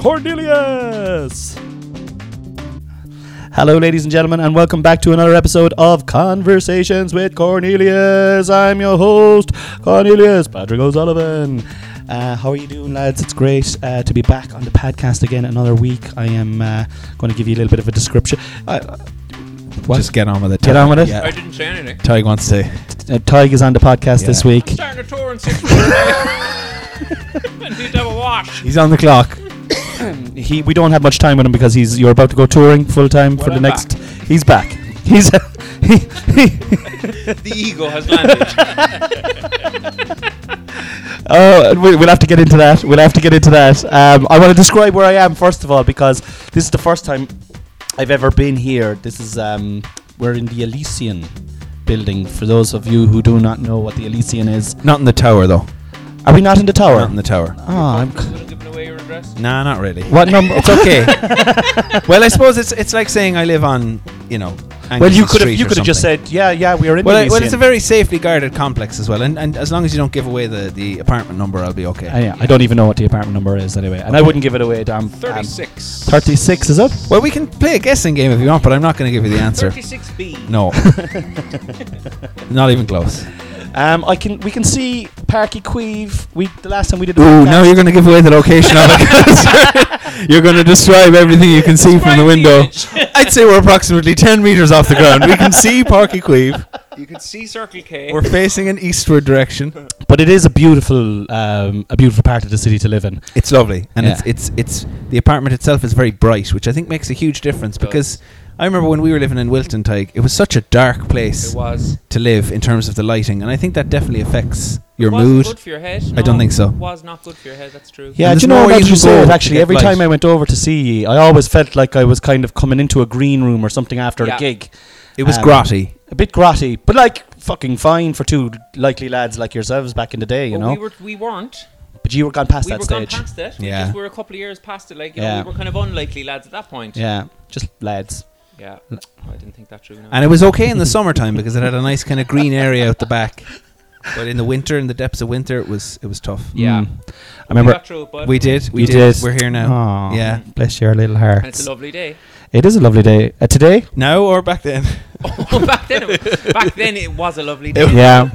Cornelius. Hello, ladies and gentlemen, and welcome back to another episode of Conversations with Cornelius. I'm your host, Cornelius Patrick O'Sullivan. Uh, how are you doing, lads? It's great uh, to be back on the podcast again another week. I am uh, going to give you a little bit of a description. Uh, what? Just get on with it. Get on with it? Yeah. I didn't say anything. Tig wants to. uh, Tig is on the podcast this Yeah. week. Starting a tour in six weeks. I need to have a wash. He's on the clock. He, we don't have much time with him because he's you're about to go touring full time for Well, the I'm next. He's back. He's. The ego has landed. Oh, and we, we'll have to get into that. We'll have to get into that. Um, I want to describe where I am first of all because this is the first time I've ever been here. This is um, we're in the Elysian building. For those of you who do not know what the Elysian is, Not in the tower though. are we not in the tower? Not in the tower. oh, I'm. c- Would've given away your address. Nah, not really. What number? It's okay. well, I suppose it's it's like saying I live on you know. well, you Anglesey could have Street you or could have just something. said yeah yeah we are in Well, the I, Elysian. well, it's a very safely guarded complex as well, and, and as long as you don't give away the, the apartment number, I'll be okay. Uh, yeah, I don't even know what the apartment number is anyway, and I wouldn't give it away. Um, Damn. 36. Thirty six is it? Well, we can play a guessing game if you want, but I'm not going to give you the answer. 36B. No. not even close. Um, I can we can see Parky Queeve. We the last time we did. the Ooh, now podcast- you're going to give away the location of it. you're going to describe everything you can see from the window. I'd say we're approximately 10 meters off the ground. We can see Parky Queeve. You could see Circle K. We're facing an eastward direction. But it is a beautiful, um, a beautiful part of the city to live in. It's lovely, and Yeah. it's it's it's the apartment itself is very bright, which I think makes a huge difference does. because I remember when we were living in Wilton Tig, it was such a dark place it was. to live in terms of the lighting, and I think that definitely affects your It wasn't mood. good for your head. I don't No, think so. It was not good for your head, that's true. Yeah, And do you there's know nowhere what you you can go say? it to Actually, get every light. time I went over to see ye, I always felt like I was kind of coming into a green room or something after a Yeah. gig. It was Um, grotty. A bit grotty, but like fucking fine for two likely lads like yourselves back in the day, you But know. We, were, we weren't. but you were gone past we that were stage. gone past it. We Yeah. just were a couple of years past it. Like, you Yeah. know, we were kind of unlikely lads at that point. Yeah, just lads. Yeah. Oh, I didn't think that through. No. And it was okay in the summertime because it had a nice kind of green area out the back. But in the winter, in the depths of winter, it was it was tough. Yeah. Mm. I we remember. got through it, but We did. We You did. did. Oh. We're here now. Aw, Yeah. bless your little And it's hearts. a lovely day. It is a lovely day. Uh, today? Now or back then? back then, it, back then it was a lovely day. yeah.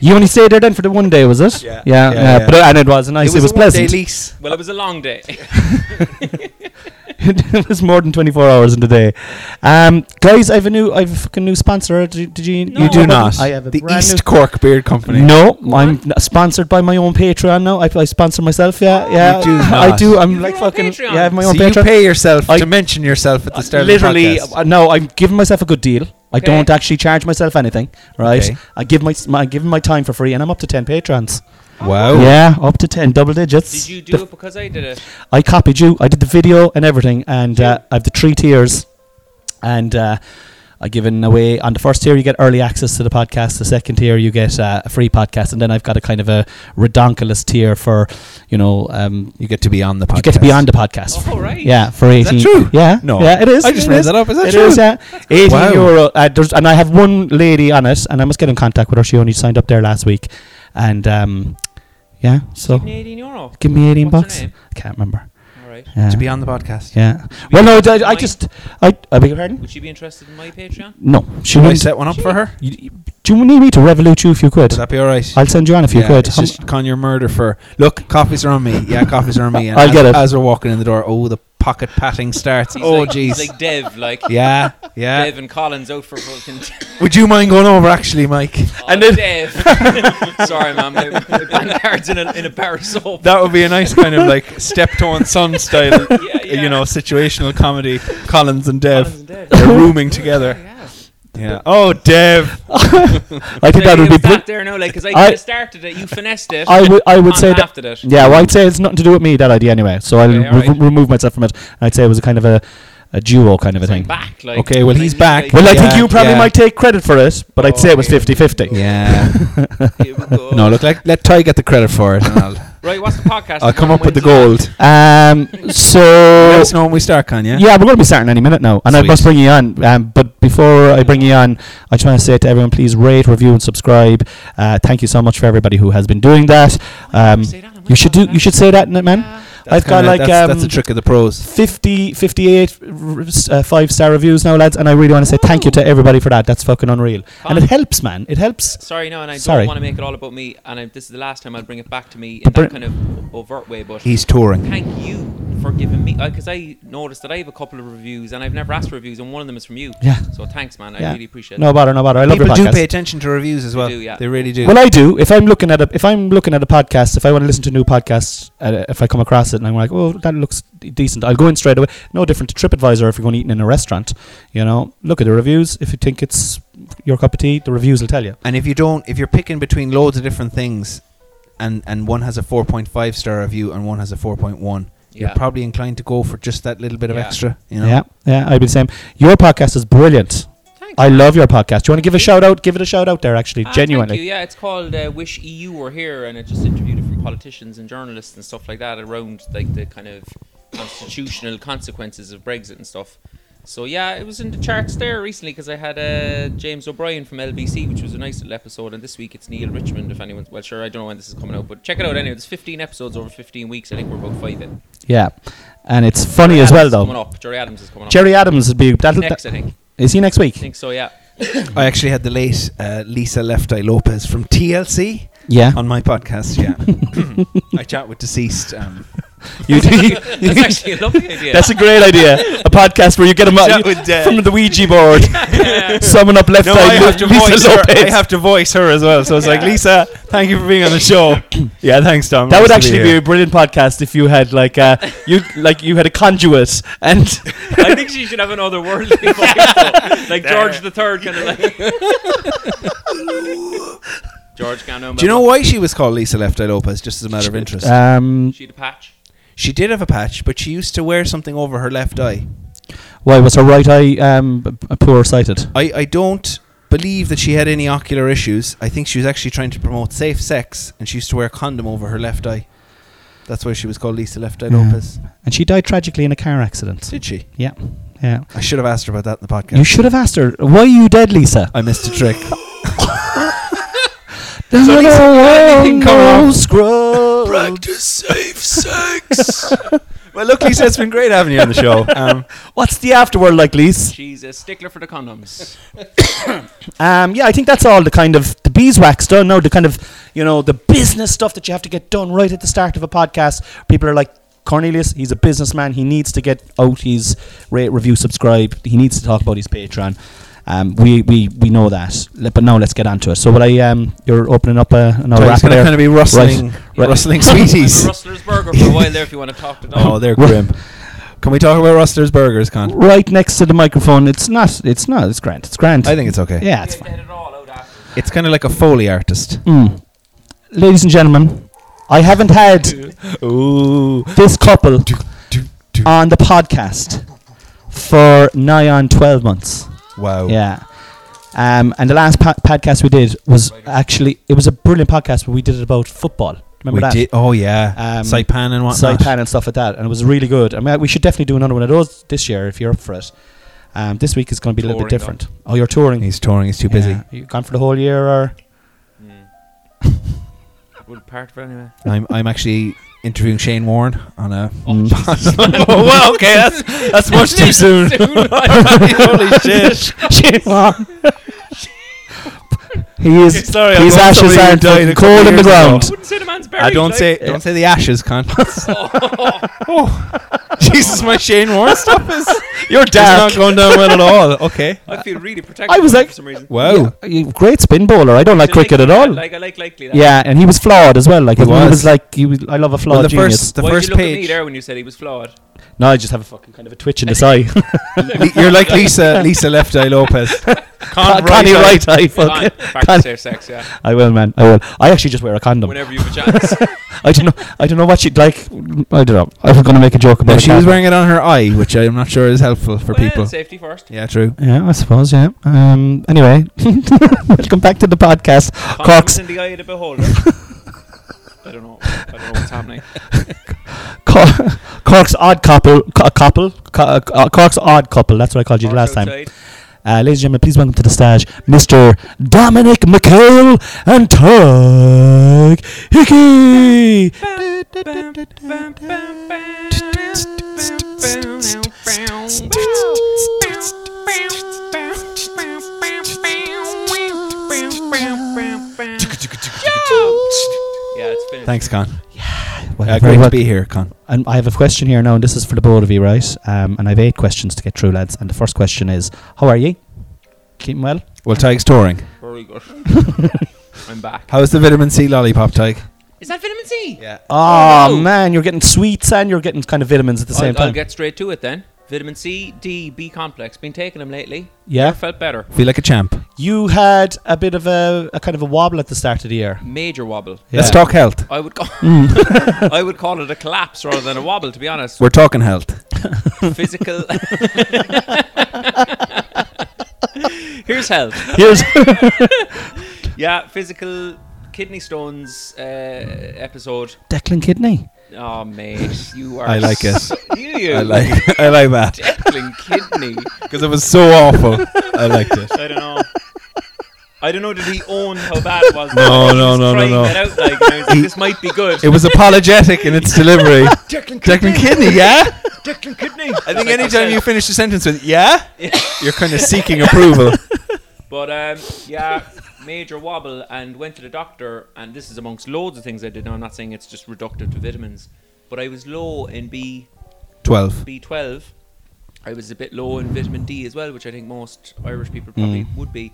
You only stayed there then for the one day, was it? Yeah. Yeah, Yeah, yeah, yeah. But uh, and it was nice. It was, a one-day pleasant. lease. Well, it was a long day. it was more than 24 hours in the day. Um, guys, I have a new, I have a fucking new sponsor. Did you? Did you, No. You do but not. I have a the brand East new. Cork Beard Company. No, What? I'm n- sponsored by my own Patreon now. I, I sponsor myself. Yeah, yeah. do I not. do. I'm You have like your own fucking. Patreon. Yeah, I have my so own you Patreon. pay yourself I- to mention yourself at the start Literally, of the podcast. uh, no. I'm giving myself a good deal. I Okay. don't actually charge myself anything, right? Okay. I give my, s- my I give my time for free, and I'm up to ten patrons. Wow. Yeah, up to ten, double digits. Did you The do it because I did it? I copied you. I did the video and everything, and uh, I have the three tiers, and uh, I given away on the first tier you get early access to the podcast. The second tier you get uh, a free podcast, and then I've got a kind of a redonkulous tier for, you know, um, You get to be on the podcast. you get to be on the podcast. Oh, right. Yeah, for Is that eighteen. true? Yeah, No. yeah, it is. I just it made is. that up. Is that It true? is, yeah. Eighteen Wow. euro. Uh, there's, and I have one lady on it, and I must get in contact with her. She only signed up there last week, and um, yeah, so Give me 18 euro. give me eighteen What's bucks. her name? I can't remember. All right. Yeah. To be on the podcast. Yeah. Well, no, I, I Mine? just, I, I beg your pardon. Would she be interested in my Patreon? No, she Should I wouldn't. set one up for her? You- you- do you need me to revolute you if you could? Would that be all right? I'll send you on if you yeah, could. It's Hum- just con your murder for. Look, coffees are on me. Yeah, coffees are on me. And I'll as, get it. As we're walking in the door, oh, the pocket patting starts. He's oh, like, he's jeez. Like Dev, like yeah, yeah. Dev and Collins out for fucking. Would you mind going over, actually, Mike? Oh, And then- Dev. Sorry, man. My, my backyard's in a, in a bar of soap. That would be a nice kind of like steptoe and son style, Yeah, yeah. you know, situational comedy. Collins and Dev, Collins and Dev. they're rooming together. Yeah. Yeah. Oh, Dev. I think that would be. that Bl- there now, like, because I, I- kinda started it, you finessed it. I would. I would and say that. laughed at it. Yeah, well, I'd say it's nothing to do with me that idea anyway. So I'll Okay, all re- right. remove myself from it. And I'd say it was a kind of a, a duo kind of a So I'm thing. back, like, Okay, well, I he's knew, back. like, Well, I think Yeah, you probably yeah. might take credit for it, but I'd Oh, say it was here we 50 50. Yeah. here we go. no, look, let, let Ty get the credit for it. And I'll, Right, what's the podcast? I'll come on up with the Wednesday? gold. Um, Let so. us know when we start, Kanye. Yeah, we're going to be starting any minute now, and I Sweet. must bring you on. Um, but before I bring you on, I just want to say to everyone, please rate, review, and subscribe. Uh, thank you so much for everybody who has been doing that. Um, Say that on you should do. Wednesday. You should say that, n- man. Yeah. I've got like that's, um, that's the trick of the pros. 50, 58 r- uh, five star reviews now, lads, and I really want to say thank you to everybody for that. That's fucking unreal, and it Fine. helps, man. It helps. Sorry, no, and I Sorry. don't want to make it all about me. And I, this is the last time I'll bring it back to me in But that bring- kind of overt way. But He's touring. thank you for giving me because I noticed that I have a couple of reviews and I've never asked for reviews, and one of them is from you. Yeah. So thanks, man. Yeah. I really appreciate No it. bother, no bother. I love People your do podcast. pay attention to reviews as well. do, yeah. They really do. Well, I do. If I'm looking at a, if I'm looking at a podcast, if I want to listen to new podcasts, uh, if I come across it and I'm like, oh, that looks d- decent, I'll go in straight away. No different to TripAdvisor if you're going eating in a restaurant. You know, look at the reviews. If you think it's your cup of tea, the reviews will tell you. and if you don't, if you're picking between loads of different things, and and one has a 4.5 star review and one has a 4.1, Yeah. you're probably inclined to go for just that little bit of Yeah. extra. You know. Yeah, yeah. I'd be the same. Your podcast is brilliant. Thanks. I love your podcast. Do you want to give a shout out? Give it a shout out there, actually, Ah, thank genuinely. you. Yeah, it's called uh, "Wish EU Were Here," and it just interviewed it from politicians and journalists and stuff like that around like the kind of constitutional consequences of Brexit and stuff. So yeah, it was in the charts there recently because I had uh, James O'Brien from LBC, which was a nice little episode, and this week it's Neil Richmond. If anyone's well, sure, I don't know when this is coming out, but check it out anyway. There's 15 episodes over 15 weeks. I think we're about five in. Yeah, and it's funny as well Adams is though. Coming up, Jerry Adams is coming up. Jerry Adams uh, would be that'll, next, that- I think. is he next I week? think so. Yeah. I actually had the late uh, Lisa Left Eye Lopez from TLC Yeah, on my podcast. Yeah, I chat with deceased. Um, you do. That's actually a lovely idea. That's a great idea. A podcast where Oh, you get him out That would, uh, from the Ouija board, summon up left eye. Lisa Lopez. to voice her as well. So it's like, Lisa, thank you for being on the show. yeah, thanks, Tom. that would actually be, a brilliant podcast if you had like uh, you like you had a conduit and I think she should have another worldly voice, though. like George the Third, kind of like. George can't Do you know why she was called Lisa Left Eye Lopez? Just as a matter of interest, um, She had a patch. she did have a patch, but she used to wear something over her left eye. why was her right eye um, b- b- poor sighted? I, I don't believe that she had any ocular issues. I think she was actually trying to promote safe sex, and she used to wear a condom over her left eye. That's why she was called Lisa Left Eye Yeah. Lopez. And she died tragically in a car accident. Did she? Yeah, yeah. I should have asked her about that in the podcast. You should have asked her why are you dead, Lisa. I missed a trick. There's So Lisa, anything come up? scroll. safe sex. well, look, Lisa, it's been great having you on the show. Um, What's the afterworld like, Lise? She's a stickler for the condoms. Um, yeah, I think that's all the kind of the beeswax done. No, the kind of you know the business stuff that you have to get done right at the start of a podcast. People are like Cornelius. He's a businessman. He needs to get out. He's rate, review, subscribe. He needs to talk about his Patreon. Um, we, we we know that, Le- but now let's get onto it. So, will I um, you're opening up uh, another wrapper Ty's going to there. kind of be rustling, Right. rustling I'm a sweeties. Rustler's Burger for a while there if you want to talk to them. oh, they're grim. Can we talk about Rustler's Burgers, Con? right next to the microphone. It's not. It's not. It's grand. It's grand. I think it's okay. yeah, it's Get fine. that at all out after. It's kind of like a Foley artist. Mm. Ladies and gentlemen, I haven't had Ooh. this couple on the podcast for nigh on 12 months. Wow. Yeah. Um, and the last po- podcast we did was actually, it was a brilliant podcast, but we did it about football. Remember we that? did. Oh, yeah. Um, Um, Saipan and whatnot. Saipan and stuff like that. And it was really good. I mean, we should definitely do another one of those this year if you're up for it. Um, this week is going to be a little bit Touring, though. different. Oh, you're touring. He's touring. He's too busy. Yeah. you gone for the whole year or? Mm. Would part for anyway. I'm, I'm actually interviewing Shane Warren on a. Oh, well, okay, that's that's much too soon. Holy shit. Shit, Mom. he is. Sorry, he's ashes are fucking cold in the ground. I wouldn't say the man's buried. I don't like. say don't say the ashes, Con. Oh, Jesus, my Shane Warren stuff is You're not going down well at all. Okay. I feel really protected. I was like- for some reason. Wow. great spin bowler. I don't like I cricket at all. Like I like likely. That. yeah, and he was flawed as well. Like He he was, was. like he was, I love a flawed the genius. first, the Why'd first you look at me page. there when you said he was flawed? no, I just have a fucking kind of a twitch in this eye. Li- You're like Lisa, Lisa Left Eye Lopez. Con- Connie Right Eye. Con, Fuck. practice Con- safe sex, yeah. I will, man. I will. I actually just wear a condom. Whenever you have a chance. I don't know. I don't know what she would like. I don't know. I was going to make a joke about. But a she was condom. wearing it on her eye, which I'm not sure is helpful for Well, people. Safety first. Yeah, true. Yeah, I suppose. Yeah. Um. Anyway, welcome back to the podcast, Condoms Cork's in the eye of the beholder. I don't know. I don't know what's happening. Cor- Cork's odd couple, co- couple, co- uh, Cork's odd couple. That's what I called you the last Parked time. outside. Uh, ladies and gentlemen, please welcome to the stage Mr. Dominic McHale and Tug Hickey. Yeah, it's finished. Thanks, Con. Well, Uh, very great well- to be here, Con. And I have a question here now, and this is for the both of you, right? Um, and I have eight questions to get through, lads. And the first question is, how are ye? Keeping well? Well, Tig's touring. Very good. I'm back. How's the vitamin C lollipop, Tig? Is that vitamin C? Yeah. Oh, no. man, you're getting sweets and you're getting kind of vitamins at the same I'll, time. I'll get straight to it then. Vitamin C, D, B complex. Been taking them lately. yeah, Felt better. Feel like a champ. you had a bit of a, a kind of a wobble at the start of the year. Major wobble. Let's Yeah. talk health. I would call Mm. I would call it a collapse rather than a wobble, to be honest. We're talking health. Mm. Physical. Here's health. Here's Yeah, physical kidney stones uh, episode. Declan Kidney. Oh mate, you are. I like it. so- Do you? I like. I like that Declan kidney. because it was so awful. I liked it. I don't know. I don't know. Did he own how bad it was? No, He no, was no, no, crying no. It out like, and I was like, this might be good. It was apologetic in its delivery. Declan Kidney, yeah. Declan I kidney. think Like I anytime said. you finish a sentence with "yeah," Yeah. you're kind of seeking approval. But um, yeah, major wobble and went to the doctor. And this is amongst loads of things I did. Now I'm not saying it's just reductive to vitamins, but I was low in B Twelve. B12. I was a bit low in vitamin D as well, which I think most Irish people probably Mm. would be.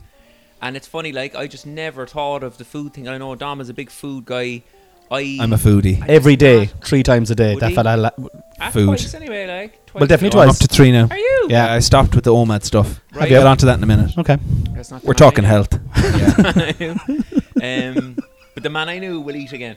And it's funny, like I just never thought of the food thing. I know Dom is a big food guy. I I'm a foodie. Every day, three times a day. Would That he? fella. la- well, At food. Twice anyway, like twice. definitely I'm twice. up to three now. Are you? Yeah, I stopped with the OMAD stuff. Right. I'll get onto that in a minute. Okay. That's not the We're man I talking knew. health. um, but the man I knew will eat again.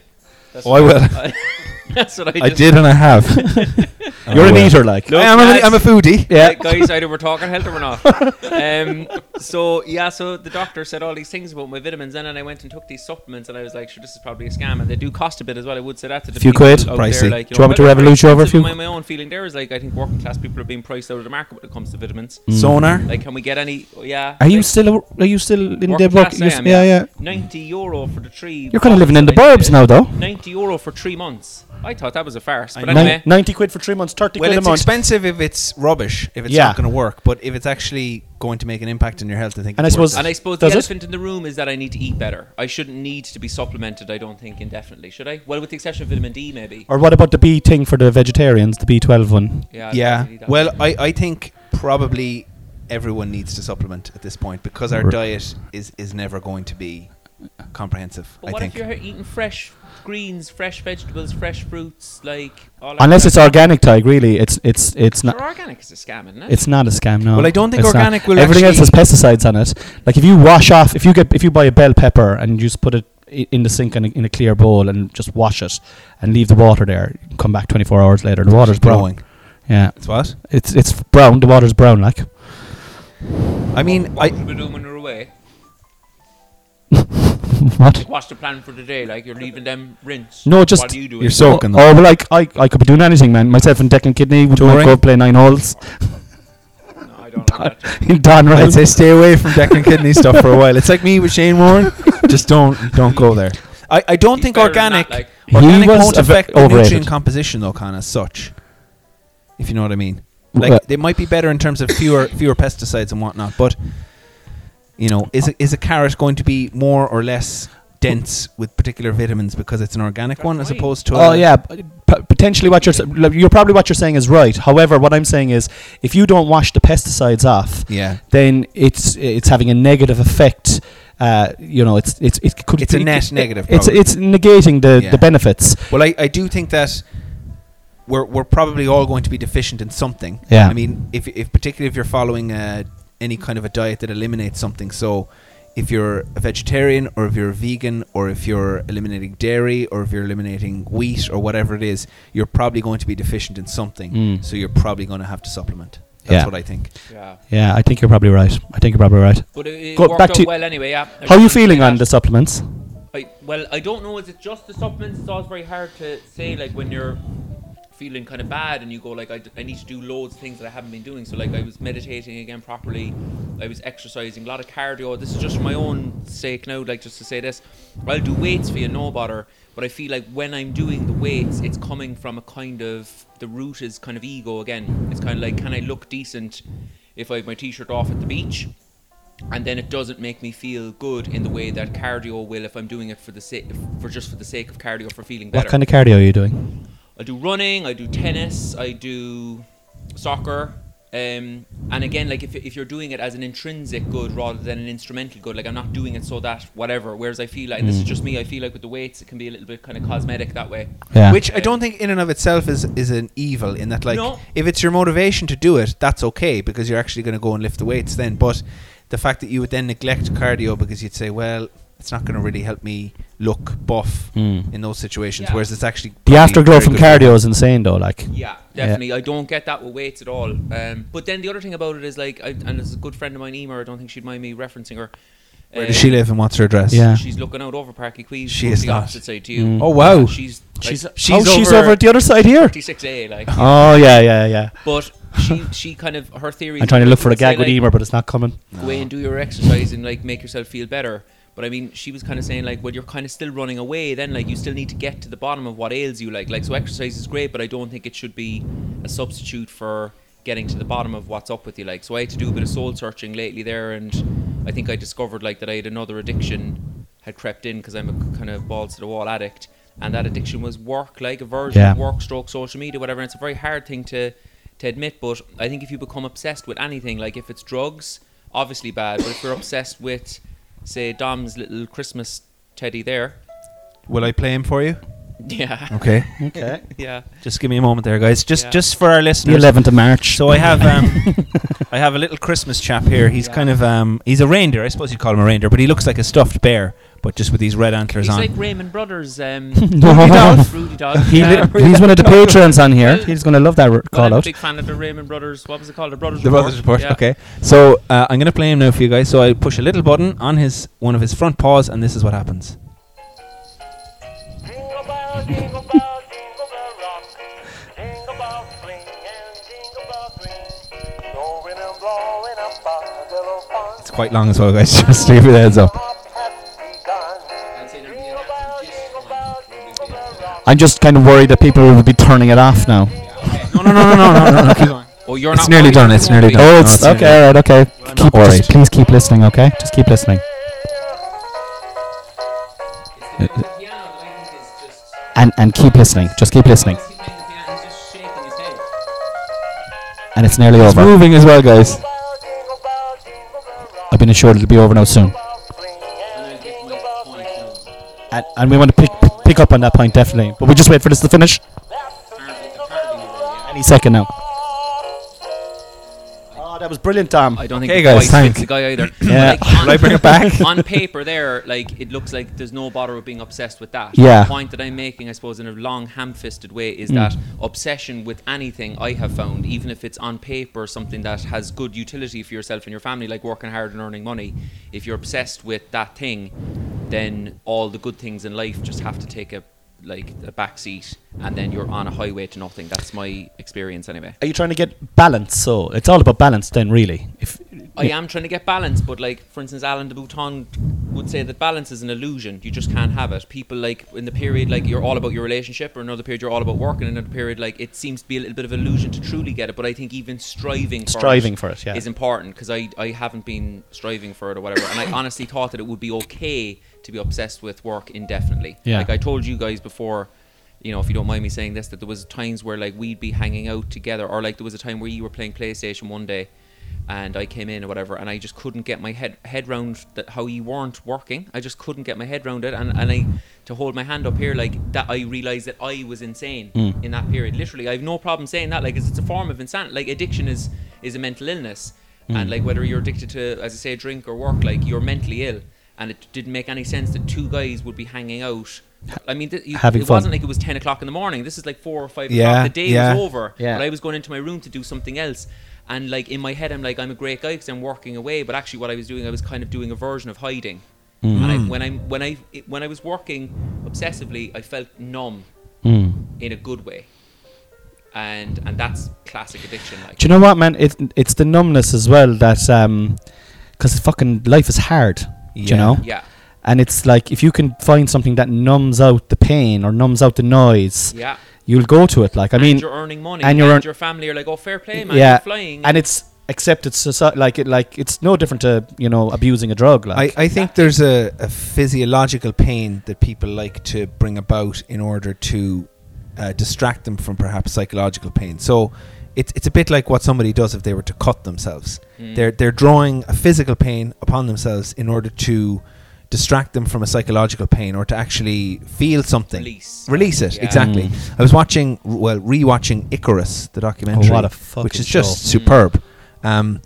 That's Oh, I what will. I, that's what I, I just- did and I have. And You're I an will. eater, like. No. I am a, Yes. I'm a foodie. Yeah. Uh, guys, either we're talking health or we're not. Um, so yeah, so the doctor said all these things about my vitamins, and then I went and took these supplements, and I was like, sure, this is probably a scam, and they do cost a bit as well. I would say that to the Few people quid. out Pricey. There, like, Do you want me but to they're very revolute you over a expensive. few? My, my own feeling there is like I think working class people are being priced out of the market when it comes to vitamins. Sonar. Like, can we get any? oh, Yeah. Mm. Are you like, still? a- Are you still in Working the work? class you I s- am, yeah, yeah. yeah. ninety euro for the tree? You're kind of living in the bottles burbs that I now, did. though. Ninety euro for three months. I thought that was a farce, but know. Nin- anyway. 90 quid for three months, 30 Well, quid a it's month. expensive if it's rubbish, if it's Yeah. not going to work. But if it's actually going to make an impact on your health, I think. And it's I worth suppose- it. And I suppose Does the it? elephant in the room is that I need to eat better. I shouldn't need to be supplemented, I don't think, indefinitely, should I? Well, with the exception of vitamin D, maybe. Or what about the B thing for the vegetarians, the B12 one? Yeah. I'd yeah. probably eat that. Well, I, I think probably everyone needs to supplement at this point because our Right. diet is is never going to be comprehensive. But I what think. if you're eating fresh greens, fresh vegetables, fresh fruits, like. All that Unless it's stuff? organic, Tig, really. It's it's it's Sure, not organic is a scam, isn't it? it's not a scam, no. Well, I don't think It's not. organic will Everything else has pesticides on it. Like if you wash off, if you get if you buy a bell pepper and you just put it i- in the sink in a, in a clear bowl and just wash it and leave the water there, come back 24 hours later, the water's brown. growing. Yeah. It's what? It's it's brown, the water's brown like. I mean, What I would we do when we're away? what? What's the plan for today? Like, you're leaving them rinse. No, just- What are you doing? you're soaking them. Oh, well, like, I, I could be doing anything, man. Myself and Declan Kidney would Touring? might go play nine holes No, I don't like that. in Don I'd say stay away from Declan kidney stuff for a while. It's like me with Shane Warren. Just don't don't go there. I, I don't He's think better than organic that, like- He organic was won't a ve- affect the nutrient overrated. composition though, Con, as such. If you know what I mean. Well- Like they might be better in terms of fewer fewer pesticides and whatnot, but you know, is a, is a carrot going to be more or less dense with particular vitamins because it's an organic That's one as right. opposed to Oh a- yeah, p- p- potentially what you're s- like, you're probably what you're saying is right. However, what I'm saying is if you don't wash the pesticides off, yeah then it's it's having a negative effect. Uh, you know, it's it's it could It's a it- net it- negative, It's probably. it's negating the, Yeah. the benefits. Well, I, I do think that we're, we're probably all going to be deficient in something. Yeah. I mean, if, if particularly if you're following a, any kind of a diet that eliminates something. So if you're a vegetarian or if you're a vegan or if you're eliminating dairy or if you're eliminating wheat or whatever it is, you're probably going to be deficient in something. Mm. So you're probably going to have to supplement. That's Yeah. what I think. Yeah. Yeah, I think you're probably right. I think you're probably right. But it, it Go worked back out to- well anyway. Yeah. I How are you should say feeling on that. the supplements? I, well, I don't know. Is it just the supplements? It's always very hard to say. Like when you're feeling kind of bad and you go like, I, d- I need to do loads of things that I haven't been doing. So like I was meditating again properly. I was exercising a lot of cardio. This is just for my own sake now. Like just to say this, I'll do weights for you, no bother. But I feel like when I'm doing the weights, it's coming from a kind of the root is kind of ego again. It's kind of like, can I look decent if I have my t-shirt off at the beach? and then it doesn't make me feel good in the way that cardio will if I'm doing it for the sake for just for the sake of cardio for feeling better. What kind of cardio are you doing? I do running, I do tennis, I do soccer. Um, and again, like if, if you're doing it as an intrinsic good rather than an instrumental good, like I'm not doing it so that whatever. Whereas I feel like and this is just me. I feel like with the weights, it can be a little bit kind of cosmetic that way. Yeah. Which I don't think in and of itself is, is an evil in that like No. if it's your motivation to do it, that's okay because you're actually going to go and lift the weights then. But the fact that you would then neglect cardio because you'd say, well, it's not going to really help me look buff Mm. in those situations, Yeah. whereas it's actually The probably afterglow very from good for you. cardio is insane, though. Like, Yeah, definitely. I don't get that with weights at all. Um, but then the other thing about it is like, I, and it's a good friend of mine, Emer. I don't think she'd mind me referencing her. um, Where does she live and what's her address? Yeah. She's looking out over Parky Quays. She from is the not. opposite side to you. Mm. Oh, wow. Yeah, she's like, she's, she's oh, she's over at the other side here. 36A, like. Oh yeah, yeah, yeah. But she she kind of her theory. I'm trying to look for a gag with like, Emer, but it's not coming. Go away and do your exercise and like make yourself feel better. But I mean, she was kind of saying like, well, you're kind of still running away. Then like, you still need to get to the bottom of what ails you. Like, like so exercise is great, but I don't think it should be a substitute for getting to the bottom of what's up with you. Like, so I had to do a bit of soul searching lately there, and I think I discovered like that I had another addiction had crept in because I'm a kind of balls to the wall addict, and that addiction was work, like a version Yeah. of work, stroke, social media, whatever. And it's a very hard thing to to admit, but I think if you become obsessed with anything, like if it's drugs, obviously bad, but if you're obsessed with, say, Dom's little Christmas teddy there, Will I play him for you? yeah, Okay. Okay. yeah, just give me a moment there, guys. Just Yeah. just for our The listeners. 11th of March. So I have um, I have a little Christmas chap here. He's Yeah. kind of um, he's a reindeer. I suppose you'd call him a reindeer, but he looks like a stuffed bear, but just with these red antlers he's on. like Raymond Brothers, um, No. Dolph, Rudy Dolph. he yeah. li- he's one of the patrons on here. He's going to love that r- Well, call I'm a out. big fan of the Raymond Brothers. What was it called? The Brothers. the Report. brothers report. Yeah. Okay, so uh, I'm gonna play him now for you guys. So I push a little button on his one of his front paws, and this is what happens. Jingle bell, jingle bell, jingle bell rock. Jingle bell swing and jingle bell ring. Blowing and blowing up our little fun. It's quite long as well, guys. Just give your heads up. Up has begun. Jingle bell, jingle bell, jingle bell rock. I'm just kind of worried that people will be turning it off now. No, no, no, no, no, no, no. Keep going. Oh, you're It's not nearly worried. done, it's You won't nearly be. done. Oh, it's no, it's- okay. All right. Okay. I'm Keep not worried. just, please keep listening. Okay. Just keep listening. It's the piano that I think is just- And and keep listening. Just keep listening. He's playing the piano, he's just shaking his head. And it's nearly It's over. moving as well, guys. Jingle bell, jingle bell, jingle bell rock. I've been assured it'll be over now soon. Bell swing And and I get jingle my bell point ring. now. And, and we want to pick pick up on that point definitely. But we just wait for this to finish. That's the Apparently- jingle apparently bell we're rock. wrong, yeah. Any second now. Oh, that was brilliant, Tom. I don't think Okay, the guys, guys, voice thank- fits the guy either. Yeah. But, on- Will I bring it back? on paper, there, like it looks like there's no bother with being obsessed with that. Yeah. The point that I'm making, I suppose, in a long, ham-fisted way, Hmm. is that obsession with anything I have found, even if it's on paper something that has good utility for yourself and your family, like working hard and earning money, if you're obsessed with that thing, then all the good things in life just have to take a like a back seat, and then you're on a highway to nothing. That's my experience, anyway. Are you trying to get balance? So it's all about balance, then, really. If I am trying to get balance, but like for instance, Alan de Bouton would say that balance is an illusion. You just can't have it. People like in the period like you're all about your relationship, or another period you're all about work, and another period like it seems to be a little bit of illusion to truly get it. But I think even striving, Striving for for it it, yeah. is important because I I haven't been striving for it or whatever, and I honestly thought that it would be okay to be obsessed with work indefinitely. Yeah. Like I told you guys before, you know, if you don't mind me saying this, that there was times where like we'd be hanging out together, or like there was a time where you were playing PlayStation one day, and I came in or whatever, and I just couldn't get my head head round that how you weren't working. I just couldn't get my head round it, and and I to hold my hand up here like that, I realized that I was insane in that period. Literally, I have no problem saying that. Like, it's, it's a form of insanity. Like addiction is is a mental illness. Mm. and like whether you're addicted to, as I say, drink or work, like you're mentally ill, and it didn't make any sense that two guys would be hanging out. I mean, th- you- Having it fun. wasn't like it was ten o'clock in the morning. This is like four or five Yeah, o'clock. The day yeah. was over, Yeah. but I was going into my room to do something else. And like in my head, I'm like, I'm a great guy because I'm working away. But actually, what I was doing, I was kind of doing a version of hiding. Mm. And I, when I when I it- when I was working obsessively, I felt numb Hmm. in a good way. And and that's classic addiction. Like Do you know what, man? It, it's the numbness as well that, um 'cause because fucking life is hard. do Yeah. you know? yeah, And it's like if you can find something that numbs out the pain or numbs out the noise, yeah. you'll go to it. Like I mean, and you're earning money, and and, you're earn- your family are like, "Oh, fair play, man! yeah, you're flying." and it's accepted society. Like it, like it's no different to you know abusing a drug. I, Like I think there's a, a physiological pain that people like to bring about in order to uh, distract them from perhaps psychological pain. So it's, it's a bit like what somebody does if they were to cut themselves. Mm. They're, they're drawing a physical pain upon themselves in order to distract them from a psychological pain or to actually feel something. Release. Release it, Yeah. exactly. I was watching, well, rewatching Icarus, the documentary, what Mm. a fucking which is show. just superb. Mm. Um,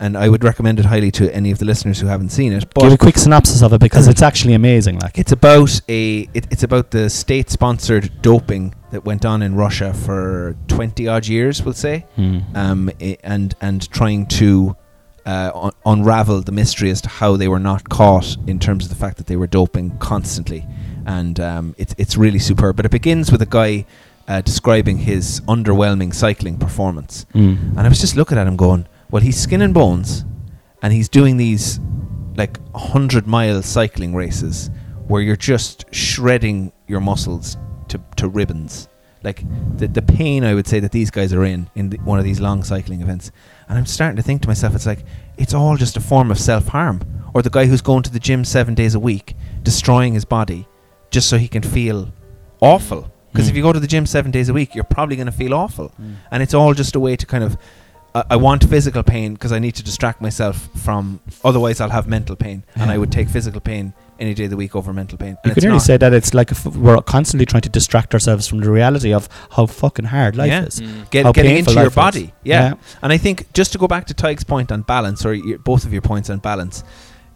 and I would recommend it highly to any of the listeners who haven't seen it. But give a quick synopsis of it because it's actually amazing. Like it's about a it, it's about the state-sponsored doping that went on in Russia for twenty odd years, we'll say, Hmm. um, i- and and trying to uh, un- unravel the mystery as to how they were not caught in terms of the fact that they were doping constantly, and um, it's it's really superb. But it begins with a guy uh, describing his underwhelming cycling performance, Hmm. and I was just looking at him going, "Well, he's skin and bones, and he's doing these like 100 mile cycling races where you're just shredding your muscles to, to ribbons. Like the, the pain I would say that these guys are in in the, one of these long cycling events. And I'm starting to think to myself, it's like, it's all just a form of self harm. Or the guy who's going to the gym seven days a week, destroying his body just so he can feel awful. Because if you go to the gym seven days a week, you're probably going to feel awful. Mm. And it's all just a way to kind of I, I want physical pain because I need to distract myself from. Otherwise, I'll have mental pain, and I would take physical pain any day of the week over mental pain. And you it's can really not. say that it's like if we're constantly trying to distract ourselves from the reality of how fucking hard life Yeah. is. Get, how getting painful into your life is. body, yeah. Yeah. And I think just to go back to Tyke's point on balance, or your, both of your points on balance,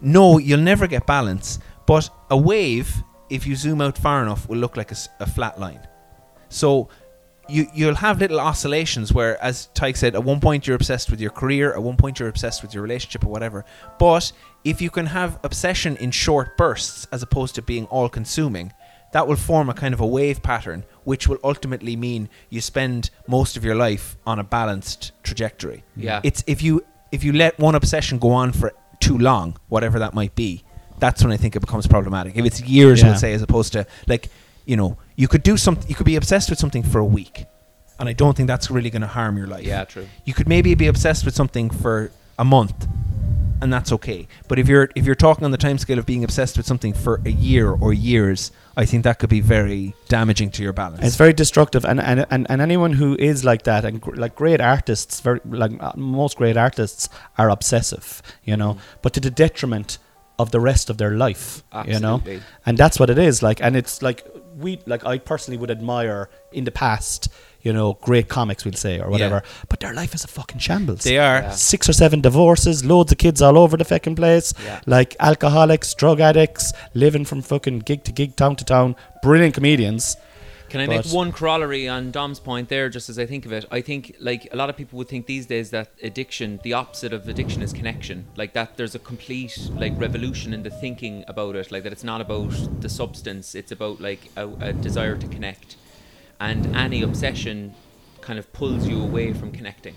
no, you'll never get balance. But a wave, if you zoom out far enough, will look like a, s- a flat line. So you you'll have little oscillations where, as Tyke said, at one point you're obsessed with your career, at one point you're obsessed with your relationship or whatever. But if you can have obsession in short bursts as opposed to being all consuming, that will form a kind of a wave pattern, which will ultimately mean you spend most of your life on a balanced trajectory. Yeah. It's if you if you let one obsession go on for too long, whatever that might be, that's when I think it becomes problematic. If it's years, Yeah. we'll say, as opposed to like you know you could do something you could be obsessed with something for a week and i don't think that's really going to harm your life Yeah, true. you could maybe be obsessed with something for a month and that's okay but if you're if you're talking on the time scale of being obsessed with something for a year or years i think that could be very damaging to your balance It's very destructive, and, and, and, and anyone who is like that, and gr- like great artists, very like uh, most great artists are obsessive, you know, but to the detriment of the rest of their life, you know, Absolutely. and that's what it is like, and it's like we like I personally would admire in the past, you know, great comics we'll say or whatever, but their life is a fucking shambles. they are Yeah. Six or seven divorces, loads of kids all over the fucking place, Yeah. like alcoholics, drug addicts, living from fucking gig to gig, town to town. Brilliant comedians. Can I make But- one corollary on Dom's point there, just as I think of it? I think, like, a lot of people would think these days that addiction, the opposite of addiction is connection. Like, that there's a complete, like, revolution in the thinking about it. Like, that it's not about the substance, it's about, like, a, a desire to connect. And any obsession kind of pulls you away from connecting.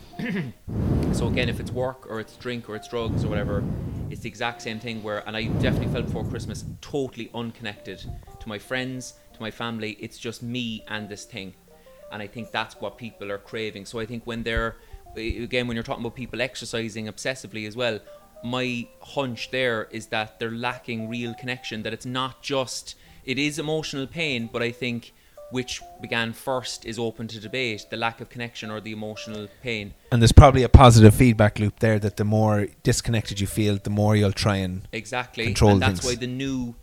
So again, if it's work or it's drink or it's drugs or whatever, it's the exact same thing. Where and I definitely felt before Christmas totally unconnected to my friends, to my family. It's just me and this thing, and I think that's what people are craving. So I think when they're again when you're talking about people exercising obsessively as well, my hunch there is that they're lacking real connection. That it's not just it is emotional pain, but I think which began first is open to debate the lack of connection or the emotional pain and there's probably a positive feedback loop there that the more disconnected you feel the more you'll try and Exactly. control and that's things. why the new,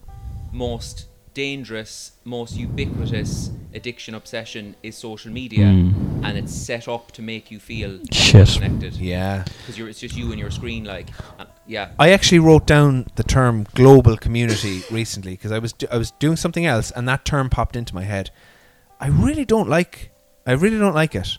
most dangerous, most ubiquitous addiction obsession is social media and it's set up to make you feel Shit. connected. Hmm. Yeah. Because it's just you and your screen, like, and- yeah. I actually wrote down the term global community recently because I was do- I was doing something else and that term popped into my head. I really don't like I really don't like it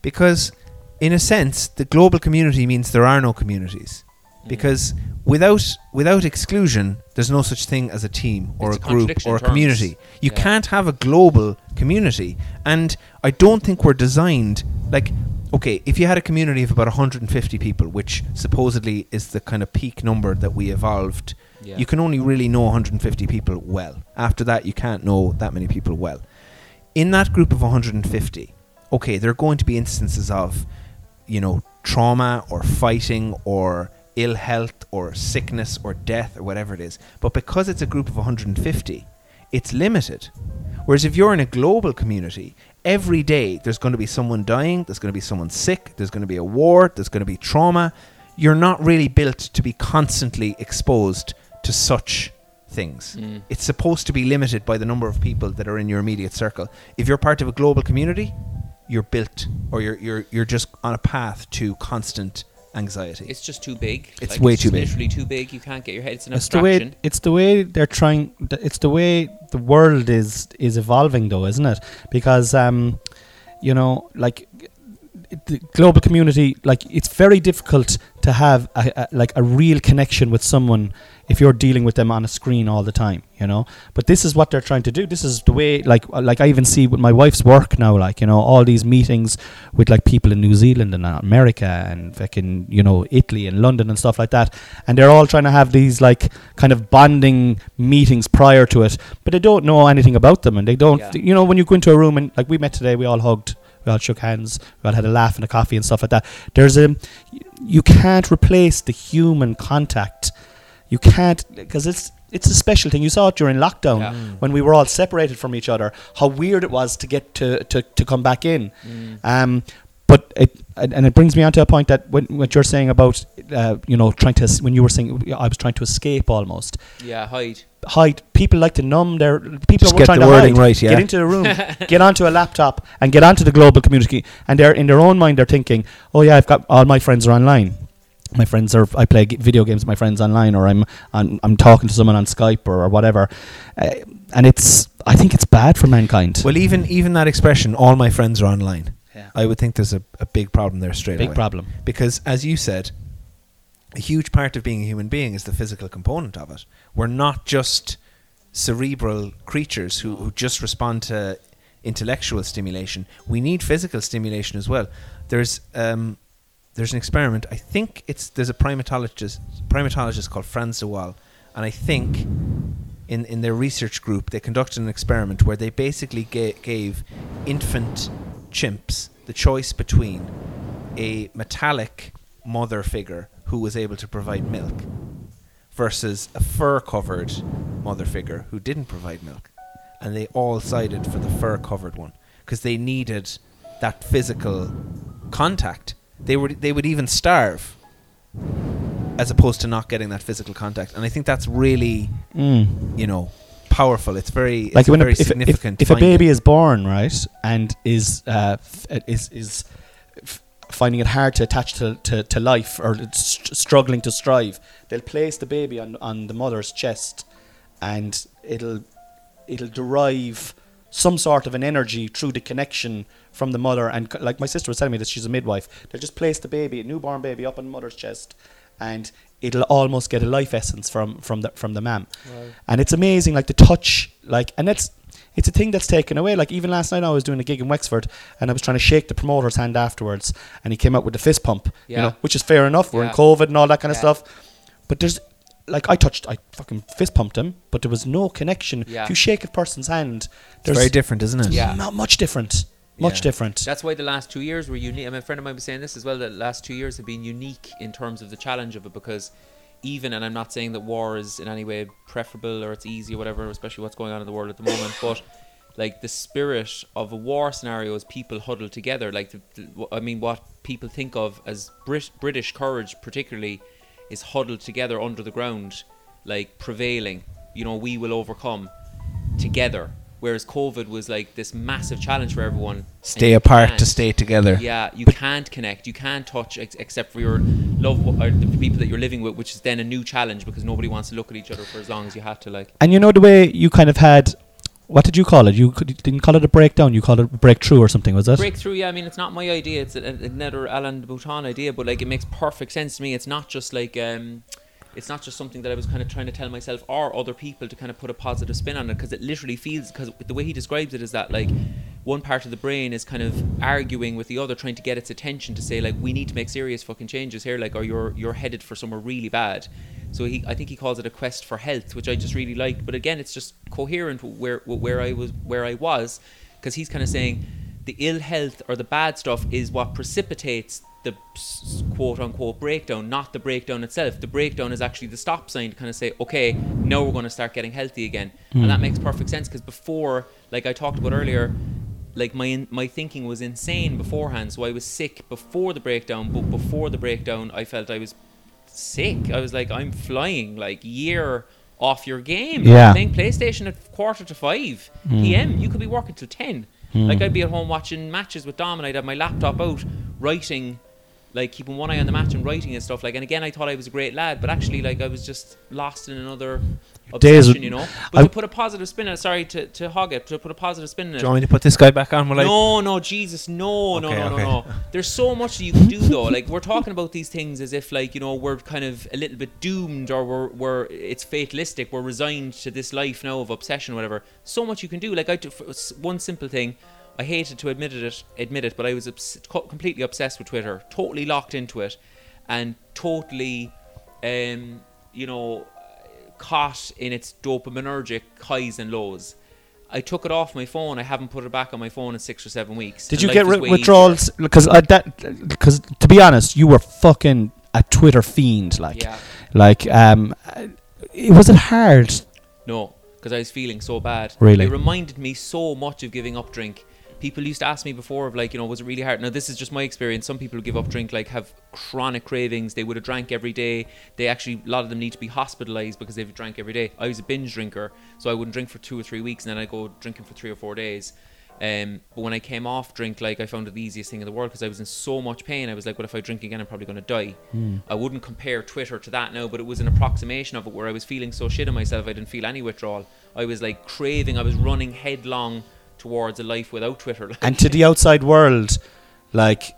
because in a sense the global community means there are no communities Mm. because without without exclusion there's no such thing as a team or It's a a group contradiction or a in terms. community. You Yeah. can't have a global community and I don't think we're designed like okay, if you had a community of about 150 people, which supposedly is the kind of peak number that we evolved, Yeah. you can only really know 150 people well. After that, you can't know that many people well. In that group of 150, okay, there are going to be instances of, you know, trauma or fighting or ill health or sickness or death or whatever it is. But because it's a group of 150, it's limited. Whereas if you're in a global community, every day there's going to be someone dying, there's going to be someone sick, there's going to be a war, there's going to be trauma. You're not really built to be constantly exposed to such things. It's supposed to be limited by the number of people that are in your immediate circle. If you're part of a global community, you're built or you're you're you're just on a path to constant anxiety. It's just too big. It's way too just big. Literally too big. You can't get your head. It's an It's the way abstraction. it's the way they're trying. th- It's the way the world is is evolving, though, isn't it? Because um, you know, like it- the global community, like it's very difficult to have a, a, like a real connection with someone if you're dealing with them on a screen all the time, you know. But this is what they're trying to do. This is the way, like, uh, like I even see with my wife's work now, like you know, all these meetings with like people in New Zealand and America and fucking you know Italy and London and stuff like that, and they're all trying to have these like kind of bonding meetings prior to it, but they don't know anything about them, and they don't, Yeah. you know, when you go into a room and like we met today, we all hugged. We all shook hands. We all had a laugh and a coffee and stuff like that. There's a, you can't replace the human contact. You can't because it's it's a special thing. You saw it during lockdown Yeah. when we were all separated from each other. How weird it was to get to to, to come back in. Um, but it and and it brings me on to a point that when, what you're saying about uh, you know trying to es- when you were saying I was trying to escape almost yeah, hide. hide. People like to numb their people Just are get trying the to wording hide. right, yeah. Get into the room, get onto a laptop, and get onto the global community. And they're in their own mind, they're thinking, "Oh yeah, I've got all my friends are online. My friends are I play g- video games with my friends online, or I'm I'm, I'm talking to someone on Skype or, or whatever." Uh, and it's I think it's bad for mankind. Well, even even that expression, all my friends are online. Yeah. I would think there's a, a big problem there straight Big away. problem. Because as you said, a huge part of being a human being is the physical component of it. We're not just cerebral creatures who, who just respond to intellectual stimulation. We need physical stimulation as well. There's um, there's an experiment. I think it's there's a primatologist primatologist called Franz de Waal, and I think in in their research group they conducted an experiment where they basically ga- gave infant chimps the choice between a metallic mother figure who was able to provide milk versus a fur covered mother figure who didn't provide milk. And they all sided for the fur covered one because they needed that physical contact. They, were, they would even starve as opposed to not getting that physical contact. And I think that's really, you know, powerful. It's very, it's a Mm. when a- very if, if, significant. if a finding. baby is born right and is uh, f- is is f- finding it hard to attach to, to, to life or it's st- struggling to strive they'll place the baby on, on the mother's chest and it'll it'll derive some sort of an energy through the connection from the mother and c- like my sister was telling me that she's a midwife they'll just place the baby newborn baby up on the mother's chest and it'll almost get a life essence from from the from the mam and it's amazing like the touch like and that's it's a thing that's taken away like even last night i was doing a gig in wexford and i was trying to shake the promoter's hand afterwards and he came out with the fist pump you Yeah. know which is fair enough we're in Yeah. covid and all that kind of Yeah. stuff but there's like i touched i fucking fist pumped him but there was no connection Yeah. if you shake a person's hand it's there's very different, isn't it? Yeah. not much different much Yeah. different That's why the last two years were unique. I mean, a friend of mine was saying this as well. That the last two years have been unique in terms of the challenge of it because even, and I'm not saying that war is in any way preferable or it's easy or whatever, especially what's going on in the world at the moment, but like the spirit of a war scenario is people huddled together. Like, the, the, wh- I mean, what people think of as Brit- British courage, particularly, is huddled together under the ground, like prevailing. You know, we will overcome together Whereas COVID was like this massive challenge for everyone. and Stay you apart to can't- stay together. Yeah, you But- can't connect. You can't touch ex- except for your love or the people that you're living with, which is then a new challenge because nobody wants to look at each other for as long as you have to. Like, And you know the way you kind of had, what did you call it? You could, you didn't call it a breakdown. You called it a breakthrough or something. Was that? breakthrough yeah i mean it's not my idea it's a- a- another alan de bouton idea but like it makes perfect sense to me it's not just like um it's not just something that i was kind of trying to tell myself or other people to kind of put a positive spin on it because it literally feels because the way he describes it is that like one part of the brain is kind of arguing with the other trying to get its attention to say like we need to make serious fucking changes here like or you're you're headed for somewhere really bad so he i think he calls it a quest for health which i just really liked but again it's just coherent where where i was where i was because he's kind of saying the ill health or the bad stuff is what precipitates the s- quote unquote breakdown, not the breakdown itself. The breakdown is actually the stop sign to kind of say, okay, now we're going to start getting healthy again. And that makes perfect sense because before, like I talked about earlier, like my in- my thinking was insane beforehand. So I was sick before the breakdown, but before the breakdown, I felt I was sick. I was like, I'm flying like year off your game. I'm Yeah. playing PlayStation at quarter to five p.m. You could be working till ten. Like I'd be at home watching matches with Dom, and I'd have my laptop out writing, like keeping one eye on the match and writing and stuff. Like, and again, I thought I was a great lad, but actually, like I was just lost in another Days- obsession, you know. But I- to put a positive spin on it, sorry to to hog it, to put a positive spin on it. Do you want me to put this guy back on? Will I- No, no, Jesus, no, no, Okay, no, okay. no, no. There's so much that you can do though. Like we're talking about these things as if like you know we're kind of a little bit doomed or we're we're it's fatalistic. We're resigned to this life now of obsession, or whatever. So much you can do. Like I do- f- s- one simple thing. I hated to admit it, admit it, but I was obs- co- completely obsessed with Twitter, totally locked into it, and totally, um, you know, caught in its dopaminergic highs and lows. I took it off my phone. I haven't put it back on my phone in six or seven weeks. Did and you life get is ri way withdrawals? Because I that because to be honest, you were fucking a Twitter fiend. Like, Yeah. like um, I- it was it hard? No, because I was feeling so bad. Really? It reminded me so much of giving up drink. People used to ask me before of like, you know, was it really hard? Now this is just my experience. Some people who give up drink like have chronic cravings. They would have drank every day. They actually a lot of them need to be hospitalized because they've drank every day. I was a binge drinker, so I wouldn't drink for two or three weeks and then I go drinking for three or four days. Um, but when I came off drink, like I found it the easiest thing in the world because I was in so much pain. I was like, "What if I drink again? I'm probably going to die." I wouldn't compare Twitter to that now, but it was an approximation of it where I was feeling so shit on myself, I didn't feel any withdrawal. I was like craving. I was running headlong towards a life without Twitter. Like, And to the outside world, like,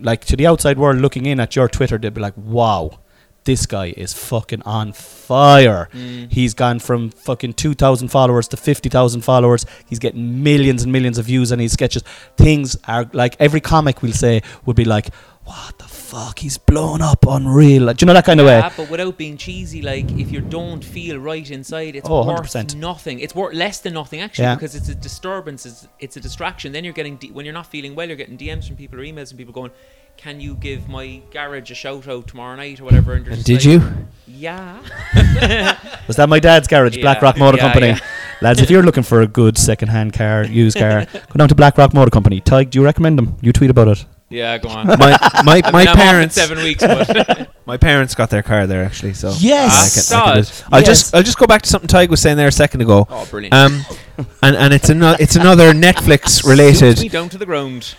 like to the outside world looking in at your Twitter, they'd be like, "Wow." This guy is fucking on fire. He's gone from fucking 2,000 followers to 50,000 followers. He's getting millions and millions of views on his sketches. Things are like every comic will say would be like, what the fuck? He's blown up, unreal. Like, Do you know that kind of way? Yeah, but without being cheesy, like if you don't feel right inside, it's Oh, worth 100%. nothing. It's worth less than nothing actually Yeah. because it's a disturbance. It's, it's a distraction. Then you're getting d when you're not feeling well, you're getting DMs from people or emails from people going, "Can you give my garage a shout out tomorrow night or whatever?" And, you're And just did like, you? Yeah. Was that my dad's garage, Yeah, Blackrock Motor yeah, Company? yeah. Lads, if you're looking for a good second-hand car, used car, go down to Blackrock Motor Company. Tig, do you recommend them? You tweet about it. Yeah, go on. My my, I mean, my I'm off in parents seven weeks. But my parents got their car there actually. So Yes. I can, I can do Ah, Sod. it. I'll Yes. just I'll just go back to something Tig was saying there a second ago. oh, brilliant. Um, and and it's another it's another Netflix related. Suits me down to the ground.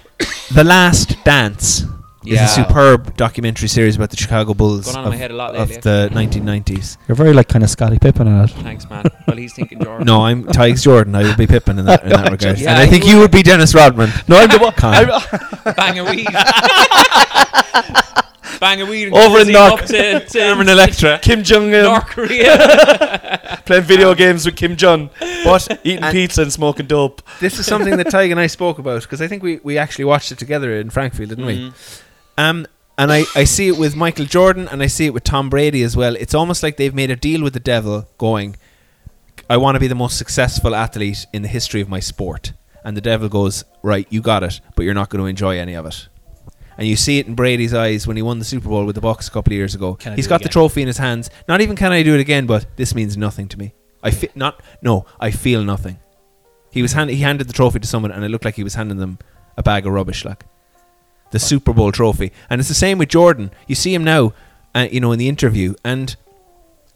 The Last Dance Yeah. is a superb documentary series about the Chicago Bulls Gone on in of, my head a lot of lately. the 1990s. You're very like kind of Scotty Pippen in it. Thanks, man. Well, he's thinking Jordan. No, I'm Tig's Jordan. I would be Pippen in that, in that regard. Yeah, and I he think you would be Dennis Rodman. No, I'm the one. bang a weed. bang a weed. And Over in cozy Knock. up to, to Electra. Kim Jong North Korea. playing video games with Kim Jong, But eating And- pizza Ah. and smoking dope. this is something that Tig and I spoke about because I think we, we actually watched it together in Frankfurt, didn't we? Mm-hmm. Um, and I, I see it with Michael Jordan and I see it with Tom Brady as well. It's almost like they've made a deal with the devil going, I want to be the most successful athlete in the history of my sport. And the devil goes, Right, you got it, but you're not going to enjoy any of it. And you see it in Brady's eyes when he won the Super Bowl with the Bucks a couple of years ago. Can I He's do it got the again? trophy in his hands. Not even can I do it again, but this means nothing to me. I feel not no, I feel nothing. He was hand- he handed the trophy to someone, and it looked like he was handing them a bag of rubbish, like the Super Bowl trophy. And it's the same with Jordan. You see him now, uh, you know, in the interview, and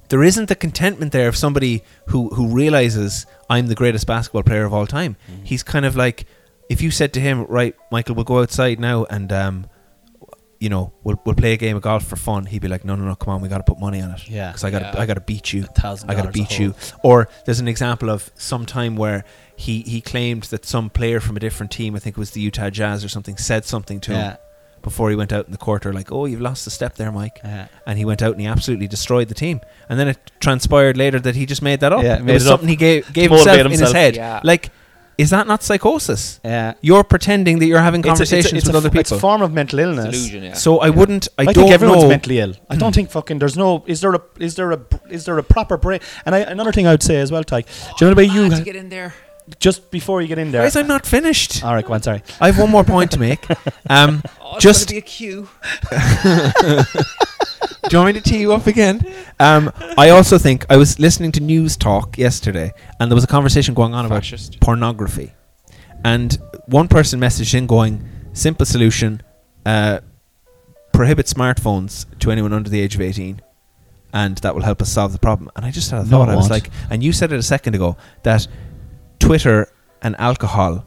there isn't the contentment there of somebody who who realizes I'm the greatest basketball player of all time. Mm-hmm. He's kind of like, if you said to him, right, Michael, we'll go outside now and um, you know, we'll we'll play a game of golf for fun. He'd be like, no, no, no, come on, we got to put money on it. Yeah. because I got to Yeah. I got to beat you. $1,000 I got a to beat hole. you. Or there's an example of some time where he he claimed that some player from a different team, I think it was the Utah Jazz or something, said something to Yeah. him before he went out in the quarter, like, "Oh, you've lost a step there, Mike." Yeah. And he went out and he absolutely destroyed the team. And then it transpired later that he just made that up. Yeah, it made was it up something he gave gave to motivate himself, in his himself. head. Yeah. Like, is that not psychosis? Yeah. You're pretending that you're having it's conversations a, it's a, with other people. It's a form of mental illness. Delusion, yeah. So I wouldn't. I, I, Hmm. don't think everyone's know. mentally ill. I don't think fucking there's no is there a is there a is there a proper brain? And I, another thing I would say as well, Ty, do you know the way you to get in there. just before you get in there? Guys, I'm not finished. all right, go on, sorry. I have one more point to make. Um, Oh, it's just gonna be a queue. Do you want me to tee you up again? Um, I also think I was listening to news talk yesterday, and there was a conversation going on about Fascist. pornography, and one person messaged in going, "Simple solution: uh, prohibit smartphones to anyone under the age of eighteen, and that will help us solve the problem." And I just had a No, it thought. I was won't. like, and you said it a second ago that Twitter and alcohol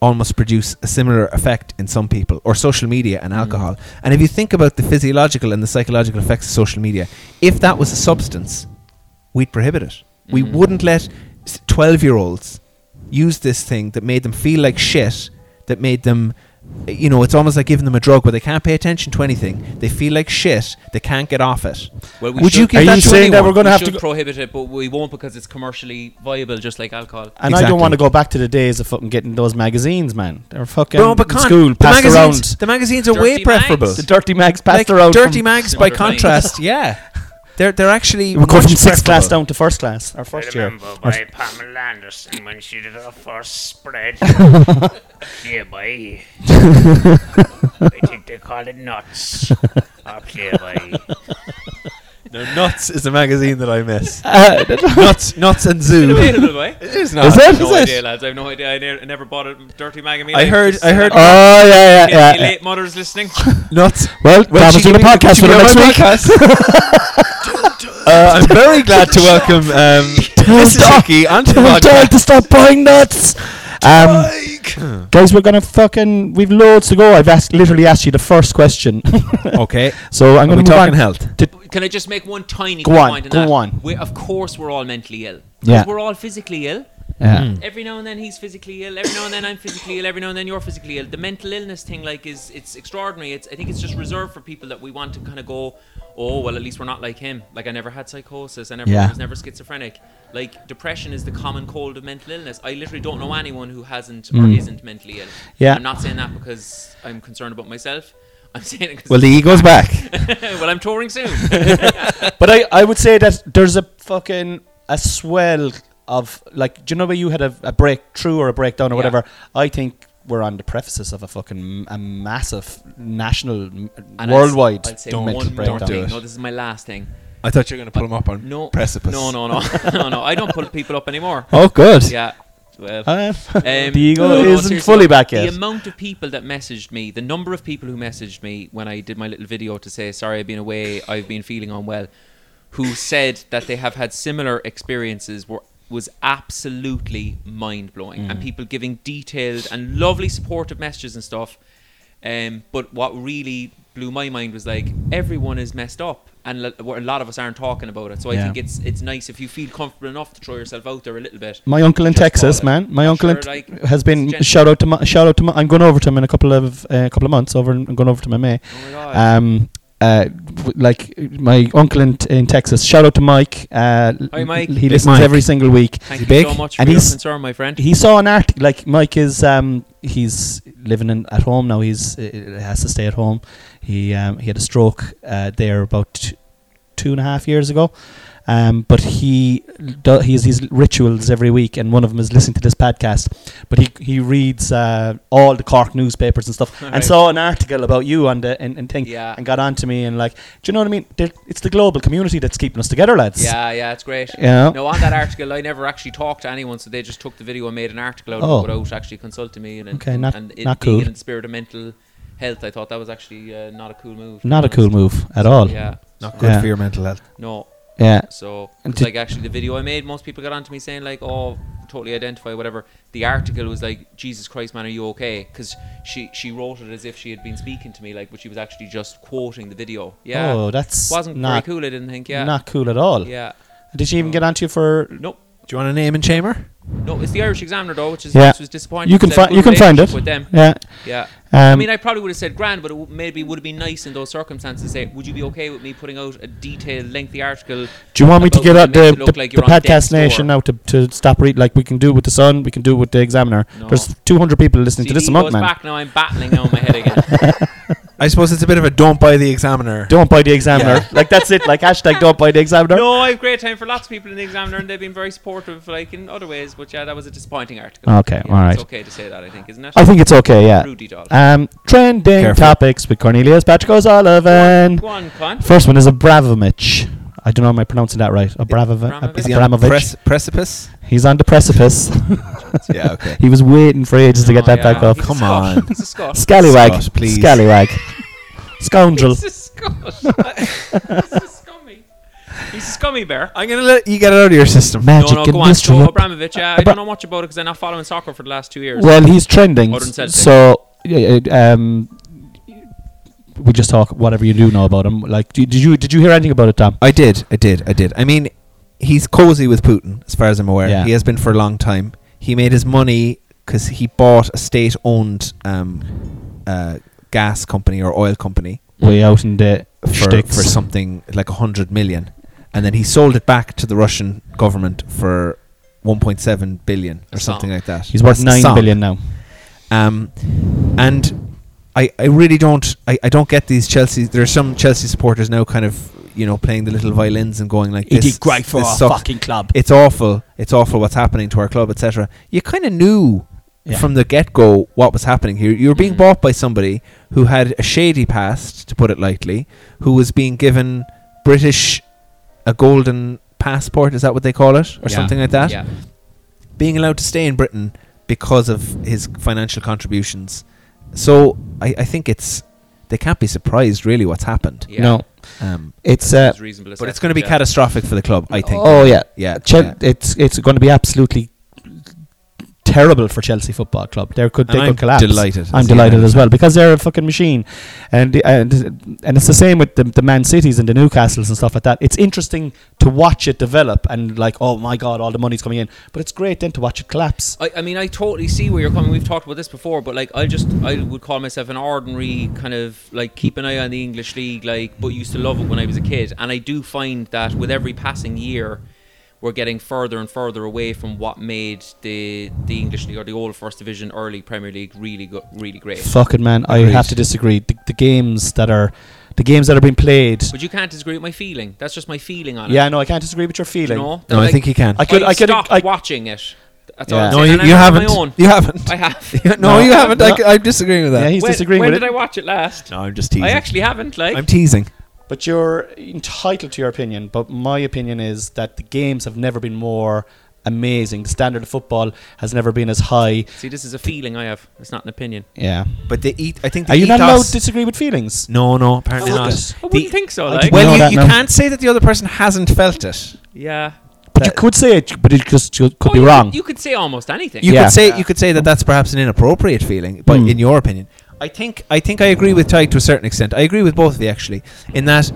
almost produce a similar effect in some people, or social media Mm. and alcohol. And if you think about the physiological and the psychological effects of social media, if that was a substance, we'd prohibit it. We wouldn't let 12 year olds use this thing that made them feel like shit, that made them. You know, it's almost like giving them a drug where they can't pay attention to anything. They feel like shit. They can't get off it. Well, we Would you should- give Are that you to saying that anyone? we're gonna we have should to go- prohibit it, but we won't because it's commercially viable, just like alcohol. And I don't Exactly. want to go back to the days of fucking getting those magazines, man. They were fucking No, but in can't- school the passed magazines, around. the magazines are Dirty way mags. preferable. The dirty mags passed like around. dirty from, mags by Similar things. contrast yeah they're they're actually We're going much from sixth class preferable. down to first class. Our first year. remember by Pamela Anderson when she did her first spread. yeah, boy. I think they call it nuts. Up there, boy. No, nuts is a magazine that i miss Uh, nuts nuts and zoo Available, boy. is Is I it? have no Is idea, it? lads. I have no idea. I ne- I never bought a dirty mag in my I life. heard- Just I so heard- that- Oh yeah, yeah, Any yeah. late mothers listening? nuts Well, that was she on the gave me- podcast she for the gave me next my week. podcast. uh, i'm very glad to welcome um mrs hickey onto the Tell Dale podcast to stop buying nuts. Um, Hmm. guys, we're gonna fucking. We've loads to go. I've asked, literally asked you the first question, okay so I'm are gonna we move talking on. health to- Can I just make one tiny Go quick on, point? go that? on. We, of course, we're all mentally ill. 'Cause Yeah. We're all physically ill. yeah. Every now and then he's physically ill. Every now and then I'm physically ill. Every now and then you're physically ill. The mental illness thing, like, is it's extraordinary. It's I think it's just reserved for people that we want to kind of go, oh well, at least we're not like him. Like I never had psychosis. I never Yeah. was never schizophrenic. Like depression is the common cold of mental illness. I literally don't know anyone who hasn't or isn't mentally ill. Yeah. I'm not saying that because I'm concerned about myself. I'm saying it because well the ego's back well I'm touring soon. But I, I would say that there's a fucking a swell of like. Do you know where you had a, a breakthrough or a breakdown or Yeah. whatever? I think we're on the precipice of a fucking a massive national, m And I'll s- worldwide I'll say mental one more breakdown. thing. No, this is my last thing. i thought you were going to pull him up on No precipice No, no, no, no, no. I don't pull people up anymore. Oh, good. Yeah. Well, Ah, Uh, um, the ego no, no, isn't seriously, fully back The yet. amount of people that messaged me, the number of people who messaged me when I did my little video to say, sorry, I've been away, I've been feeling unwell, who said that they have had similar experiences were, was absolutely mind blowing. Mm. And people giving detailed and lovely supportive messages and stuff. Um, but what really blew my mind was like, everyone is messed up. And l- a lot of us aren't talking about it, so I Yeah. think it's it's nice if you feel comfortable enough to throw yourself out there a little bit. my uncle in Just Texas, call it. man. My uncle in Sure, like, has been it's shout out to my, shout out to. My, I'm going over to him in a couple of a couple of months. Over, and- I'm going over to my May. Oh my God. um, uh, w- like my uncle in, in Texas. Shout out to Mike. Uh, l- Hi, Mike. He Big listens Mike. every single week. Thank Is you he big? so much for And your he's- concern, my friend. He saw an art like Mike is um, he's living in, at home now. He's uh, has to stay at home. He um, he had a stroke uh, there about t- two and a half years ago. Um, but he do, he has these rituals every week, and one of them is listening to this podcast. But he he reads uh, all the Cork newspapers and stuff, and Right. saw an article about you on the and, and thing, Yeah. and got on to me and like, do you know what I mean? There, it's the global community that's keeping us together, lads. yeah, yeah, it's great. You know? No, on that article, I never actually talked to anyone, so they just took the video and made an article out Oh. of it without actually consulting me. And, it- Okay, not- and it not being cool. in the spirit of mental health, I thought that was actually uh, not a cool move. to be Not a honest. cool move at all. Yeah, not good Yeah. for your mental health no. Yeah. So, And 'cause, did- like, actually, the video I made, most people got onto me saying, like, oh, totally identify, whatever. The article was like, Jesus Christ, man, are you okay? Because she, she wrote it as if she had been speaking to me, like, but she was actually just quoting the video. Yeah. Oh, that's Wasn't not- very cool, I didn't think. Yeah. Not cool at all. Yeah. Did she even get onto you for? Nope. Do you want a name and chamber? No, it's the Irish Examiner though, which is Yeah. which was disappointing. You can 'cause I had find a you good can find it. relationship with them. Yeah. Yeah. I Um, mean, I probably would have said grand, but it w- maybe would have been nice in those circumstances. to Say, would you be okay with me putting out a detailed, lengthy article? do you want me to about get what out it the, makes it the, look like the you're on death's podcast nation door? now to, to stop reading? Like we can do with the Sun, we can do with the Examiner. No. There's 200 people listening to CD this a month, goes man. back now. I'm battling now in my head again. I suppose it's a bit of a don't buy the examiner. Don't buy the Examiner. like that's it. Like hashtag don't buy the Examiner. no, I have great time for lots of people in the Examiner, and they've been very supportive, like in other ways. But yeah, that was a disappointing article. Okay, Yeah, alright. It's okay to say that, I think, isn't it? I think it's okay. Yeah. Rudy doll. Um, trending Careful. topics with Cornelius Patrick O'Sullivan. Go on, con. First one is Abramovich. I don't know am I pronouncing that right. Abramovich. Abramovich? Is he on the Abramovich. pres- precipice? He's on the precipice. Yeah, okay. he was waiting for ages Oh, to get that back up. He's a Come Scot. on. He's a Scot. Scallywag. Scott, please. Scallywag. Scoundrel. He's a Scot. He's a scummy. He's a scummy bear. I'm gonna let you get it out of your system. No, Magic no, go and on. mystery. So Abramovich, yeah, I Abra- don't know much about it because I'm not following soccer for the last two years. well, he's trending. Modern Celtic. So, yeah, yeah, um, we just talk whatever you do know about him. Like, d- did you did you hear anything about it, Tom? I did, I did, I did. I mean, he's cozy with Putin, as far as I'm aware. Yeah. He has been for a long time. He made his money because he bought a state-owned um, uh, gas company or oil company Way out in the for, sticks. for something like a hundred million, and then he sold it back to the Russian government for 1.7 billion or A something song. like that. He's worth A nine song. billion now. Um, and I, I really don't I, I don't get these Chelsea. There are some Chelsea supporters now, kind of you know playing the little violins and going like this. this sucks. club. It's awful. It's awful what's happening to our club, etc. You kind of knew Yeah. from the get go what was happening here. You were being Mm. bought by somebody who had a shady past, to put it lightly, who was being given British a golden passport. Is that what they call it, or Yeah, something like that? Yeah. being allowed to stay in Britain because of his financial contributions. So I, I think it's they can't be surprised really what's happened. yeah. No, Um, it's uh, It's but reasonable it's assessment, going to be yeah. catastrophic for the club, I think. Oh yeah, Yeah, Chel- yeah. It's it's going to be absolutely terrible for Chelsea Football Club. There could And they I'm could collapse. delighted. I'm Yeah. delighted as well because they're a fucking machine, and the- and and it's the same with the, the Man Cities and the Newcastles and stuff like that. It's interesting to watch it develop and like oh my god, all the money's coming in, but it's great then to watch it collapse. I, I mean, I totally see where you're coming. We've talked about this before, but like, I just I would call myself an ordinary kind of like keep an eye on the English league, like, but used to love it when I was a kid, and I do find that with every passing year, we're getting further and further away from what made the the English league or the old first division, early Premier League, really good, really great. Fucking man, I Agreed. have to disagree. The, the games that are the games that are being played. But you can't disagree with my feeling. That's just my feeling on it. Yeah, no, I can't disagree with your feeling. No, No, I think he can. I could- I, I could- stopped I- watching it. That's Yeah. all. I'm no, saying. you, And I you have haven't. My own. You haven't. I have. no, No. you haven't. No. I, am disagreeing with that. Yeah, he's when disagreeing when with did it. I watch it last? no, I'm just teasing. I actually haven't. Like, I'm teasing. But you're entitled to your opinion. But my opinion is that the games have never been more amazing. The standard of football has never been as high. see, this is a feeling I have. It's not an opinion. Yeah. But they eat. I think. The Are you not allowed ethos- to disagree with feelings? No, no, apparently I not. wouldn't- I The- wouldn't think so. I Like, didn't- know well, that you, now. you can't say that the other person hasn't felt it. yeah. But you could say it, but it just could Oh, be you wrong. you could say almost anything. You Yeah. could say you could say that that's perhaps an inappropriate feeling, but Hmm. in your opinion, I think I think I agree with Tyke to a certain extent. I agree with both of you actually in that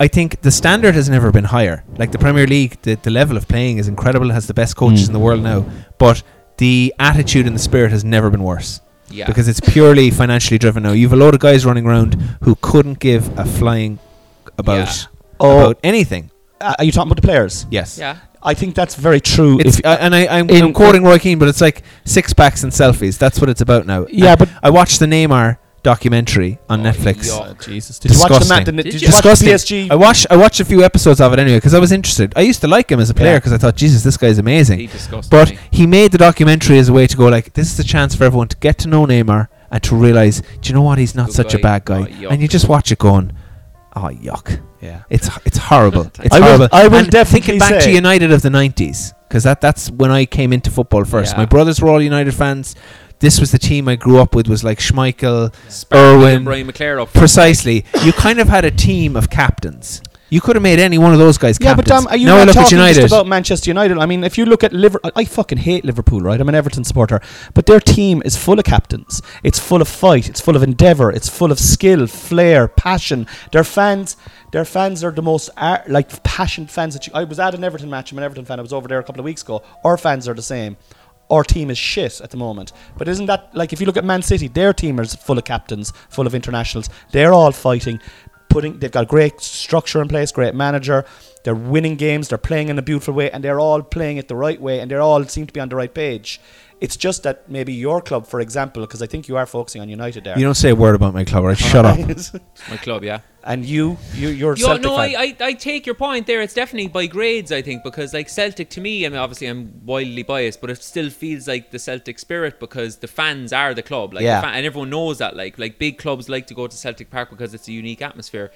I think the standard has never been higher. Like the Premier League, the, the level of playing is incredible. It has the best coaches Hmm. in the world now, but the attitude and the spirit has never been worse. Yeah. Because it's purely financially driven now. You've a load of guys running around who couldn't give a flying about Oh. about anything. Uh, are you talking about the players? Yes. yeah. I think that's very true. It's, If- uh, and I, I'm, in- I'm quoting Roy Keane, but it's like six packs and selfies. That's what it's about now. Yeah, And but- I watched the Neymar documentary on Oh, Netflix. yuck. Oh, Jesus. Did you watch the, Disgusting. mat- did Did did you? you watch the Disgusting. PSG? I watched I watched a few episodes of it anyway because I was interested. I used to like him as a player Yeah. because I thought, Jesus, this guy's He amazing. disgusted But me. he made the documentary as a way to go like, this is a chance for everyone to get to know Neymar and to realize, do you know what? He's not Good such a guy. bad guy. Ah, Oh, yuck. and you just watch it going, oh yuck. yeah. It's it's horrible. It's I will- horrible. I will and definitely thinking back say- to United of the nineties because that that's when I came into football first. Yeah. My brothers were all United fans. This was the team I grew up with. Was like Schmeichel, Sparkling Irwin. and Brian McClare up. Precisely. You kind of had a team of captains. You could have made any one of those guys Yeah, but captains. Dom, are you now I not look at talking United. just about Manchester United? I mean, if you look at Liverpool, I fucking hate Liverpool, right? I'm an Everton supporter, but their team is full of captains. It's full of fight. It's full of endeavour. It's full of skill, flair, passion. Their fans, their fans are the most ar- like passionate fans that you. I was at an Everton match. I'm an Everton fan. I was over there a couple of weeks ago. Our fans are the same. Our team is shit at the moment. But isn't that like if you look at Man City, their team is full of captains, full of internationals. They're all fighting putting they've got great structure in place, great manager. They're winning games, they're playing in a beautiful way, and they're all playing it the right way, and they are all seem to be on the right page. It's just that maybe your club, for example, because I think you are focusing on United there. You don't say a word about my club, right? Shut up. My club, yeah. and you, you, you're Yo, Celtic no, I, fan. I, I take your point there. It's definitely by grades, I think, because like Celtic to me, I mean, obviously I'm wildly biased, but it still feels like the Celtic spirit because the fans are the club, like, the Yeah. fa- and everyone knows that. Like, like big clubs like to go to Celtic Park because it's a unique atmosphere,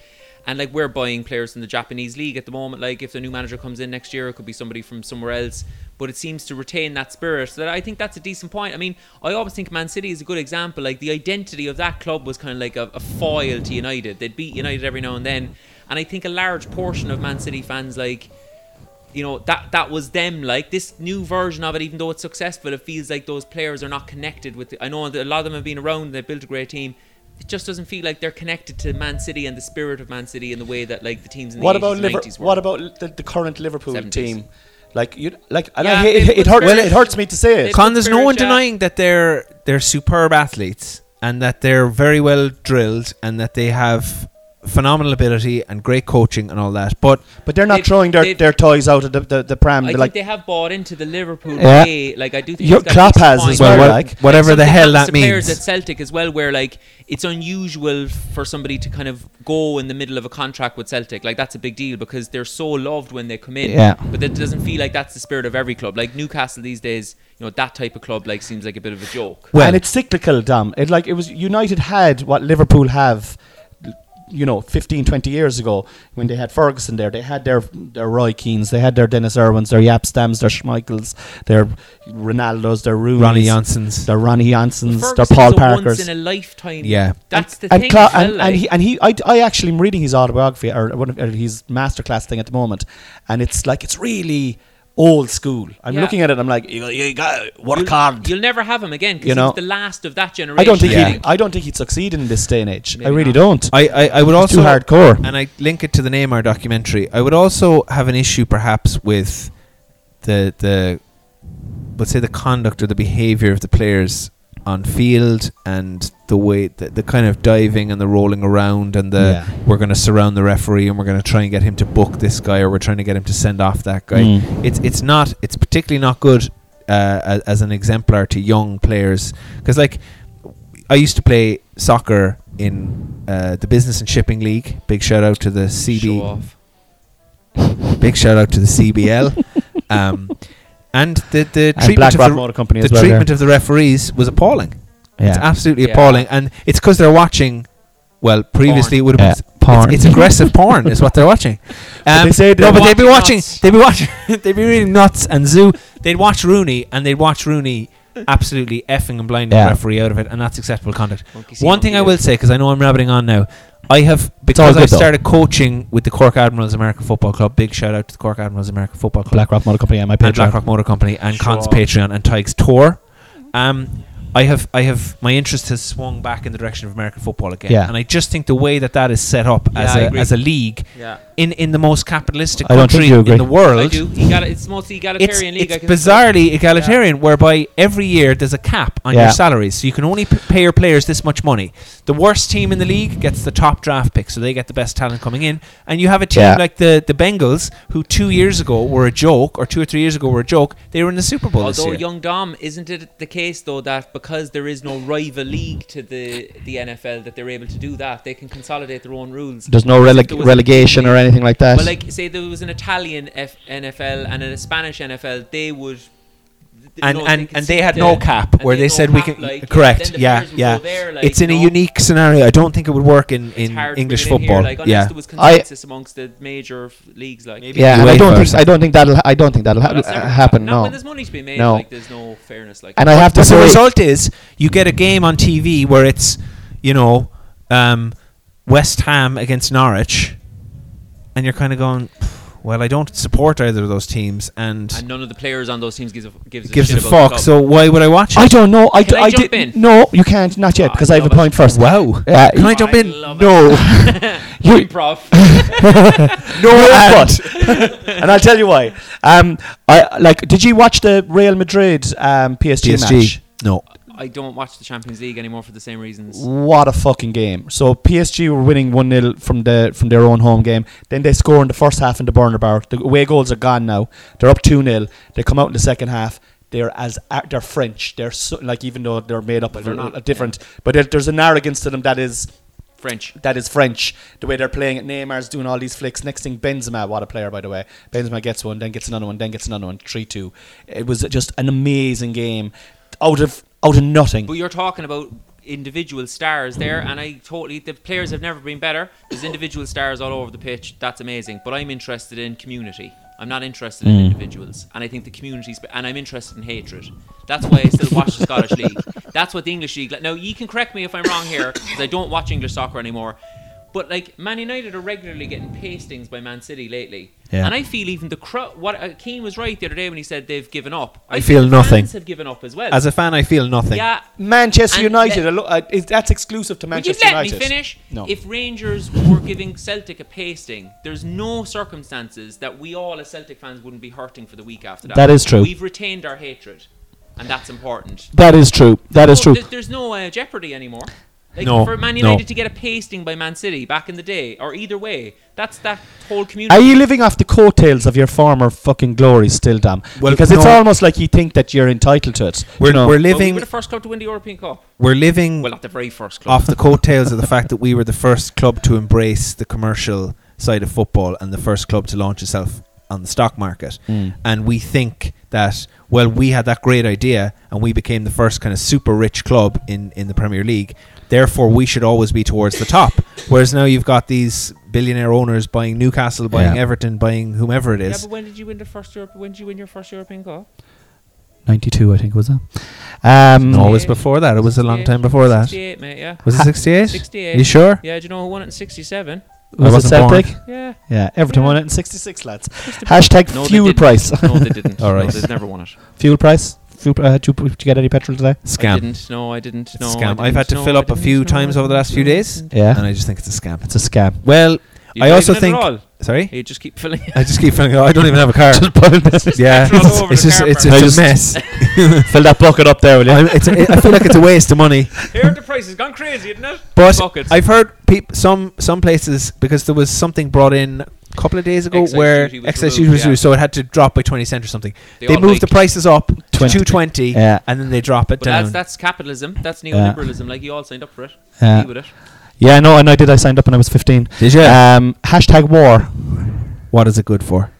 and like we're buying players from the Japanese league at the moment. Like, if the new manager comes in next year, it could be somebody from somewhere else, but it seems to retain that spirit. So that I think that's a decent point. I mean, I always think Man City is a good example. Like the identity of that club was kind of like a, a foil to United. They'd beat United every now and then. And I think a large portion of Man City fans, like, you know, that that was them. Like this new version of it, even though it's successful, it feels like those players are not connected with. The, I know that a lot of them have been around. and They built a great team. It just doesn't feel like they're connected to Man City and the spirit of Man City in the way that like the teams in the what 80s about and Liver- 90s were. what about the, the current Liverpool 70s. team? Like you, like and I Yeah, hate, they've it, it, put hurt, spirit- it hurts me to say it. they've Con, there's no Spirit, one yeah. denying that they're they're superb athletes and that they're very well drilled and that they have phenomenal ability and great coaching and all that. But But they're not they've- throwing their, they've- their toys out of the the, the pram. I They're think Mm, like they have bought into the Liverpool Yeah. way. Like I do think Your he's got Klopp a has point. as well, Well, what- like- whatever the something hell that happens to Players means. at Celtic as well, where like it's unusual for somebody to kind of go in the middle of a contract with Celtic. Like that's a big deal because they're so loved when they come in. Yeah. But that doesn't feel like that's the spirit of every club. Like Newcastle these days, you know, that type of club like seems like a bit of a joke. Well- and it's cyclical, Dom. It like it was United had what Liverpool have, you know, 15, 20 years ago when they had Ferguson there. They had their their Roy Keanes, they had their Dennis Irwins, their Yapstams, their Schmeichels, their Ronaldos, their Rooney's, Ronnie Janssen's. their Ronnie Jansons, their Ferguson's Paul a Parkers. Once in a lifetime. Yeah. That's the and, thing. Cla- as well, and, and like. he and he I, I actually am reading his autobiography or one of or his masterclass thing at the moment, and it's like it's really old school. I'm Yeah. looking at it. I'm like, you, you got work hard. You'll never have him again because You know, he's the last of that generation. I don't think Yeah. he'd, I don't think he'd succeed in this day and age. I Maybe really don't. not. I, I, I would It's too also hardcore. and I link it to the Neymar documentary. I would also have an issue perhaps with the the let's say the conduct or the behavior of the players on field and the way the, the kind of diving and the rolling around and the Yeah. we're going to surround the referee and we're going to try and get him to book this guy or we're trying to get him to send off that guy. Mm. It's it's not it's particularly not good uh, as, as an exemplar to young players because like I used to play soccer in uh, the Business and Shipping League. Big shout out to the Show CB. off. Big shout out to the CBL. um, and the the And treatment, BlackRock of the, Motor Company the as well there. treatment of the referees was appalling. It's Yeah. absolutely Yeah. appalling, and it's because they're watching. Well, previously it would have been Yeah, porn. It's, it's aggressive porn is what they're watching. Um, But they say no, they're but they'd be watching. watching nuts. They'd be watching. they'd be reading nuts and zoo. They'd watch Rooney, and they'd watch Rooney absolutely effing and blinding Yeah. the referee out of it, and that's acceptable conduct. Monkey see, One thing I monkey do. will say, because I know I'm rabbiting on now, I have all because I good, though. started coaching with the Cork Admirals American Football Club. Big shout out to the Cork Admirals American Football Club BlackRock Motor Company and my and Patreon. BlackRock Motor Company and Sure. Con's Patreon and Tig's tour. Mm-hmm. Um, I have, I have, my interest has swung back in the direction of American football again, Yeah. and I just think the way that that is set up as Yeah, I a agree. as a league Yeah. in in the most capitalistic I don't country think you agree. in the world. I do. He got It's mostly egalitarian It's, league. I it's can- bizarrely egalitarian, whereby every year there's a cap on Yeah. your salaries, so you can only p- pay your players this much money. The worst team in the league gets the top draft pick, so they get the best talent coming in. And you have a team Yeah. like the the Bengals, who two years ago were a joke, or two or three years ago were a joke. They were in the Super Bowl this Although year. young Dom, isn't it the case though that because there is no rival league to the the NFL that they're able to do that? They can consolidate their own rules. There's no There releg- was- relegation or anything like that. Well, like say there was an Italian F- NFL and a Spanish NFL, they would. th- you and know, and, could and sit they had there no cap, and where they, had no said we cap, can like, and then correct, the yeah, players would yeah. go there, like, it's in you a know, unique scenario. I don't think it would work in it's in hard to English bring it in here, football. like, unless yeah, there was I- consensus amongst the major f- leagues, like Maybe yeah, and I UEFA don't or think I something. don't think that'll I don't think that'll ha- uh, But that's never gonna happen. Not No, when there's money to be made, No. like there's no fairness. Like and I have to But the say, result is you get a game on TV where it's, you know, um, West Ham against Norwich, and you're kind of going, well, I don't support either of those teams, and, and none of the players on those teams gives a, gives a gives a shit about the fuck. club. So why would I watch it? I don't know. I, Can d- I I jump didn't- in? No, you can't. Not yet, Ah, because I have a love it. point first. Wow. Yeah, Can I jump I in? love no, it. you, Improv. no, but, and I'll tell you why. Um, I like. Did you watch the Real Madrid um, PSG, match? PSG. No. I don't watch the Champions League anymore for the same reasons. What a fucking game! So PSG were winning one 0 from the from their own home game. Then they score in the first half in the Bernabeu. The away goals are gone now. They're up two 0 They come out in the second half. They're as ar- they're French. They're so, like even though they're made up, they're not, different. But there- there's an arrogance to them that is French. that is French. The way they're playing it, Neymar's doing all these flicks. Next thing, Benzema, what a player, by the way. Benzema gets one, then gets another one, then gets another one. Three two. It was just an amazing game, out of out of nothing. But you're talking about individual stars there, and I totally the players have never been better. There's individual stars all over the pitch. That's amazing. But I'm interested in community. I'm not interested Hmm. in individuals, and I think the communities. And I'm interested in hatred. That's why I still watch the Scottish league. That's what the English league. Now you can correct me if I'm wrong here, because I don't watch English soccer anymore. But like Man United are regularly getting pastings by Man City lately, Yeah. and I feel even the crowd. What uh, Keane was right the other day when he said they've given up. I, feel the nothing. Fans have given up as well. As a fan, I feel nothing. yeah, Manchester And United. let- I lo- I- is- that's exclusive to Manchester Would you let United. me finish? No. If Rangers were giving Celtic a pasting, there's no circumstances that we all as Celtic fans wouldn't be hurting for the week after that. That is true. We've retained our hatred, and that's important. that is true. That is Oh, No, true. th- there's no uh, jeopardy anymore. Like No, for Man no. United to get a pasting by Man City back in the day, or either way, that's that whole community. Are you living off the coattails of your former fucking glory still, Dam? Well, because it's no. almost like you think that you're entitled to it. We're, you know? we're Well, we living were the first club to win the European Cup. we're living Well, not the very first club. off the coattails of the fact that we were the first club to embrace the commercial side of football and the first club to launch itself on the stock market. And we think that, well, we had that great idea and we became the first kind of super rich club in, in the Premier League. Therefore, we should always be towards the top. Whereas now you've got these billionaire owners buying Newcastle, buying Yeah. Everton, buying whomever it yeah, is. but when did you win the first Europe? When did you win your first European Cup? 92, I think, was that? Um, no, it was before that. It was a long 68, time before that. 68, mate, yeah. Was it 68? 68. You sure? Yeah, do you know who won it in 67? Was it wasn't born. Celtic? Yeah. Yeah, Everton Yeah. won it in 66, lads. Hashtag fuel price. No, they didn't. All All right. right. No, they've never won it. fuel price. Fuel, pr- uh, did, you, p- did you get any petrol today? I Scam. didn't. No, I didn't. It's No, a I scam. didn't. I've had to No, fill I up a didn't. few No, I times over the didn't. last few No, I days, didn't. and Yeah, I just think it's a scam. it's a scam. Well, You I don't also even have it think. all? Sorry, You just keep filling it. I just keep thinking. Oh, I don't even have a car. yeah, petrol it's, over it's the just car it's park. just a I mess. Fill that bucket up there, will you? I'm- it's a, I feel like it's a waste of money. Here, the price has gone crazy, isn't it? But Buckets. I've heard peop- some some places because there was something brought in a couple of days ago Excise where duty was excise removed, duty was yeah. reduced, so it had to drop by twenty cents or something. They, They all moved the hike. prices up to 20. two twenty, Yeah. and then they drop it but down. that's, that's capitalism. That's neoliberalism. Like, you all signed up for it. Yeah. Be with it. Yeah, no, I know. I did. I signed up when I was 15. Did you? Um, hashtag war. what is it good for?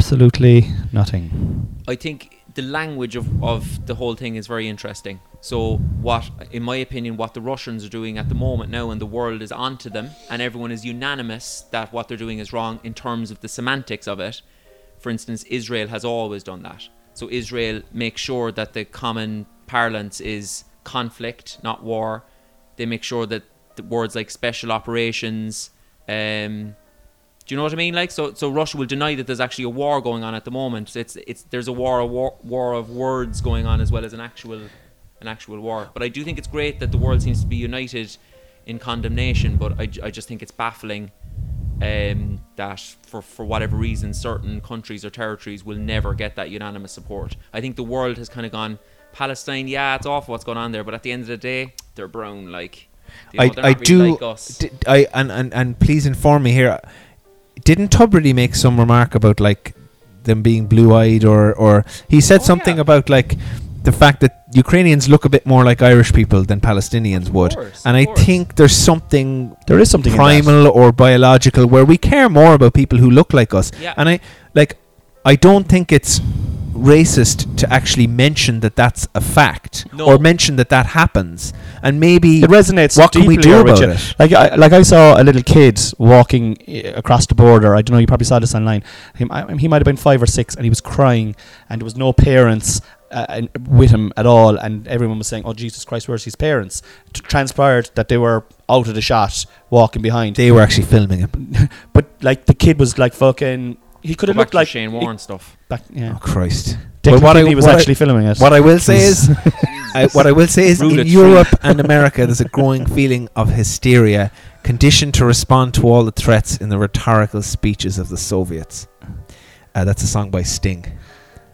Absolutely nothing. I think the language of, of the whole thing is very interesting. So what, in my opinion, what the Russians are doing at the moment now, and the world is onto them, and everyone is unanimous that what they're doing is wrong in terms of the semantics of it. For instance, Israel has always done that. So Israel makes sure that the common parlance is conflict, not war. They make sure that the words like special operations, um, do you know what I mean? Like, so, so Russia will deny that there's actually a war going on at the moment. So it's, it's, there's a war, a war, war of words going on as well as an actual, an actual war. But I do think it's great that the world seems to be united in condemnation. But I, j- I just think it's baffling um, that for, for whatever reason, certain countries or territories will never get that unanimous support. I think the world has kind of gone Palestine. Yeah, it's awful what's going on there, but at the end of the day, they're brown. Like, you know, I, they're I not really do. Like us. d- I and, and and please inform me here. Didn't Tuberty make some remark about like them being blue-eyed, or or he said Oh, something yeah. about like the fact that Ukrainians look a bit more like Irish people than Palestinians would, course, and of I course. think there's something There is something in that. primal or biological where we care more about people who look like us, Yeah. and I like I don't think it's racist to actually mention that that's a fact No. or mention that that happens and maybe It resonates. what can we deeply do with about you. it? Like, I, like I saw a little kid walking eh, across the border. I don't know. You probably saw this online. He, I, he might have been five or six, and he was crying, and there was no parents. uh, and with him at all, and everyone was saying, "Oh Jesus Christ, where's his parents?" T- transpired that they were out of the shot, walking behind. They were actually filming it. but like the kid was like fucking. He could Go have back looked to like like Shane he- Warren stuff. back, yeah. Oh Christ! Dick But what I- Kidney was what I- actually filming it. What I will say is, I, what I will say is, Rule it in free. Europe and America, there's a growing feeling of hysteria, conditioned to respond to all the threats in the rhetorical speeches of the Soviets. Uh, that's a song by Sting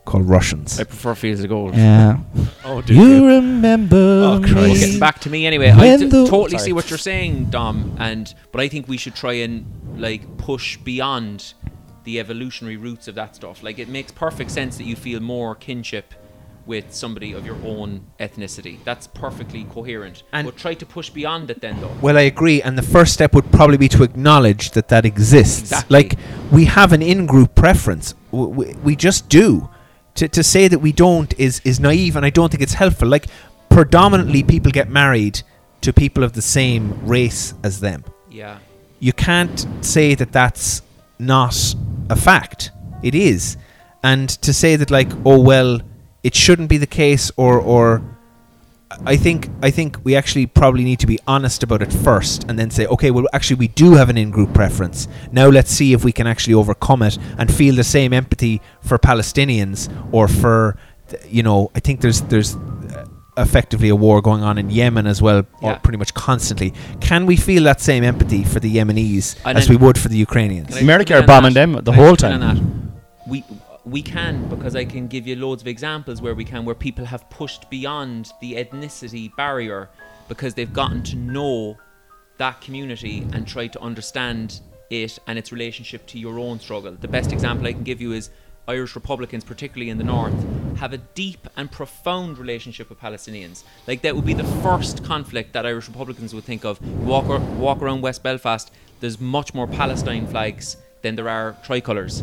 called Russians. I prefer Fields of Gold. yeah. Oh, dude. You remember Oh, Christ. Well, me. getting back to me anyway. I When t- the- totally Sorry. see what you're saying, Dom, and but I think we should try and like push beyond the evolutionary roots of that stuff. Like it makes perfect sense that you feel more kinship with somebody of your own ethnicity. That's perfectly coherent. And- but try to push beyond it then, though. Well, I agree, and the first step would probably be to acknowledge that that exists. Exactly. Like we have an in-group preference, we, we, we just do. To, to say that we don't is is naive, and I don't think it's helpful. Like predominantly, people get married to people of the same race as them. Yeah. You can't say that that's not a fact. It is, and to say that like oh well, it shouldn't be the case, or or I think I think we actually probably need to be honest about it first, and then say, okay, well, actually, we do have an in-group preference. Now let's see if we can actually overcome it and feel the same empathy for Palestinians or for, th- you know, I think there's there's uh, effectively a war going on in Yemen as well, Yeah. or pretty much constantly. Can we feel that same empathy for the Yemenis And as we then- would for the Ukrainians? Can I America zoom in are on bombing that? them the Can I whole zoom in time. on that? We we can because I can give you loads of examples where we can where people have pushed beyond the ethnicity barrier because they've gotten to know that community and tried to understand it and its relationship to your own struggle. The best example I can give you is Irish Republicans, particularly in the north, have a deep and profound relationship with Palestinians. Like that would be the first conflict that Irish Republicans would think of. Walk, ar- walk around West Belfast, there's much more Palestine flags than there are tricolours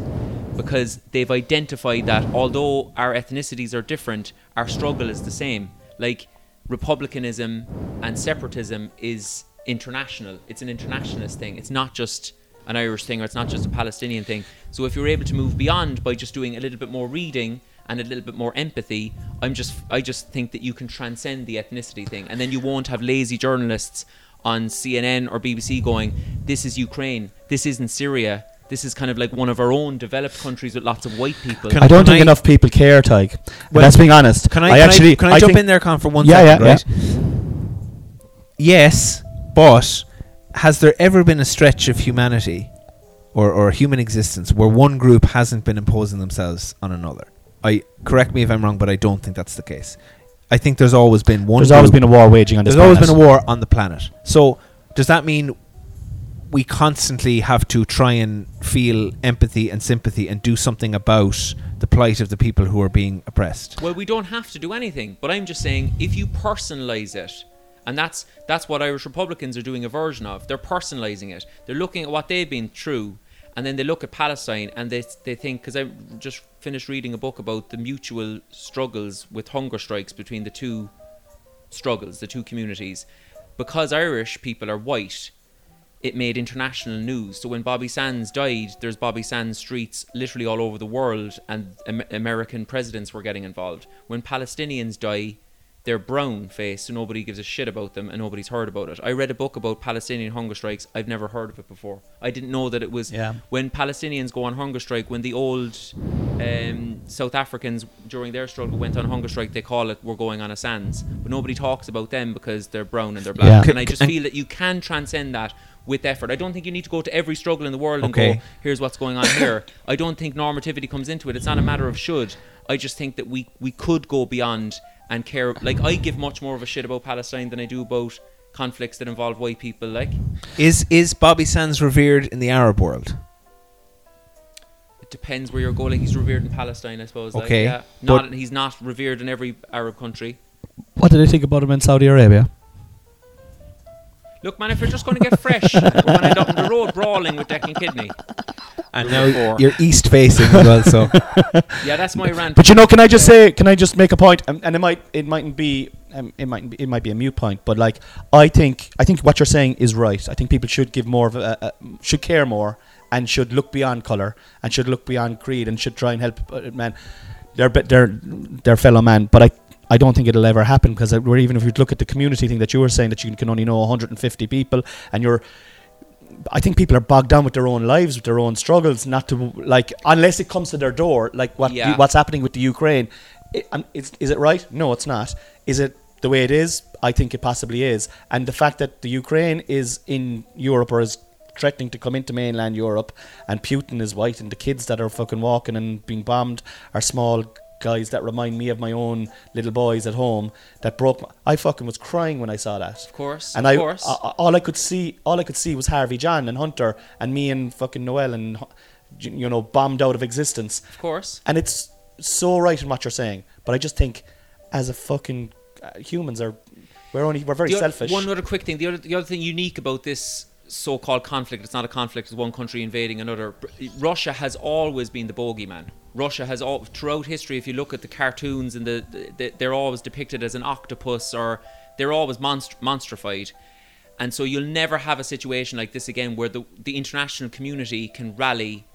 because they've identified that although our ethnicities are different, our struggle is the same. Like republicanism and separatism is international. It's an internationalist thing. It's not just an Irish thing or it's not just a Palestinian thing. So if you're able to move beyond by just doing a little bit more reading and a little bit more empathy, I'm just I just think that you can transcend the ethnicity thing and then you won't have lazy journalists on CNN or BBC going, this is Ukraine, this isn't Syria. This is kind of like one of our own developed countries with lots of white people. Can I don't Can think I- enough people care, Tyke. Well, Let's being honest. Can I, can I- actually can I, jump think- in there, Con, for one Yeah, second, yeah, right? Yes, but has there ever been a stretch of humanity or, or human existence where one group hasn't been imposing themselves on another? I correct me if I'm wrong, but I don't think that's the case. I think there's always been one. There's always group- been a war waging on this. there's always been a war on the planet. So does that mean we constantly have to try and feel empathy and sympathy and do something about the plight of the people who are being oppressed? Well, we don't have to do anything, but I'm just saying if you personalize it, and that's that's what Irish Republicans are doing a version of. They're personalizing it. They're looking at what they've been through, and then they look at Palestine and they they think because I just finished reading a book about the mutual struggles with hunger strikes between the two struggles, the two communities. Because Irish people are white, it made international news. So when Bobby Sands died, there's Bobby Sands streets literally all over the world, and Am- American presidents were getting involved. When Palestinians die, they're brown faced, so nobody gives a shit about them, and nobody's heard about it. I read a book about Palestinian hunger strikes. I've never heard of it before. I didn't know that it was Yeah. when Palestinians go on hunger strike. When the old um, South Africans during their struggle went on hunger strike, they call it "we're going on a sands," but nobody talks about them because they're brown and they're black. Yeah. And I just feel that you can transcend that with effort. I don't think you need to go to every struggle in the world Okay. and go, here's what's going on here. I don't think normativity comes into it. It's not a matter of should. I just think that we, we could go beyond and care. Like, I give much more of a shit about Palestine than I do about conflicts that involve white people. Like, Is is Bobby Sands revered in the Arab world? it depends where you're going. Like, he's revered in Palestine, I suppose. Like, Okay, yeah. but- Not, he's not revered in every Arab country. What did they think about him in Saudi Arabia? Look, man, if you're just going to get fresh, we're going to end up on the road brawling with Declan Kidney. And now Four. you're east facing as well, so Yeah, that's my rant. But you know, can I just say, can I just make a point? Um, and it might, it mightn't be, um, it might, it might be a mute point. But like, I think, I think what you're saying is right. I think people should give more of, a, a, should care more, and should look beyond color, and should look beyond creed, and should try and help. uh, man, their be- their their fellow man. But I I don't think it'll ever happen because uh, we're even if you look at the community thing that you were saying that you can only know 150 people and you're. I think people are bogged down with their own lives, with their own struggles, not to like unless it comes to their door. Like what Yeah. what's happening with the Ukraine? It, um, it's, is it right? No, it's not. Is it the way it is? I think it possibly is. And the fact that the Ukraine is in Europe or is threatening to come into mainland Europe, and Putin is white, and the kids that are fucking walking and being bombed are small guys that remind me of my own little boys at home that broke my, I fucking was crying when I saw that Of course, and of I, course. I- I- all I could see, all I could see was Harvey John and Hunter and me and fucking Noel and you you know bombed out of existence. Of course. And it's so right in what you're saying, but I just think as a fucking uh, humans are we're only we're very The o- selfish. One other quick thing. The other, the other thing unique about this so-called conflict, it's not a conflict, it's one country invading another. Br- Russia has always been the bogeyman. Russia has all throughout history. If you look at the cartoons and the, the, the they're always depicted as an octopus or they're always monst- monstrified. And so you'll never have a situation like this again where the, the international community can rally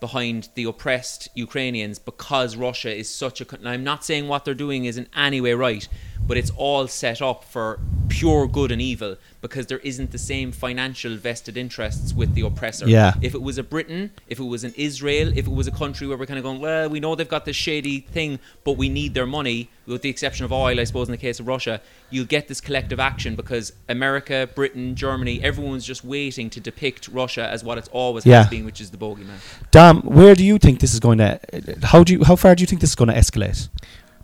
behind the oppressed Ukrainians because Russia is such a. co- Now, I'm not saying what they're doing is in any way right, but it's all set up for pure good and evil because there isn't the same financial vested interests with the oppressor. Yeah. If it was a Britain, if it was an Israel, if it was a country where we're kind of going, well, we know they've got this shady thing, but we need their money, with the exception of oil, I suppose, in the case of Russia, you'll get this collective action because America, Britain, Germany, everyone's just waiting to depict Russia as what it's always Yeah. has been, which is the bogeyman. Dom, where do you think this is going to? How do you? How far do you think this is going to escalate?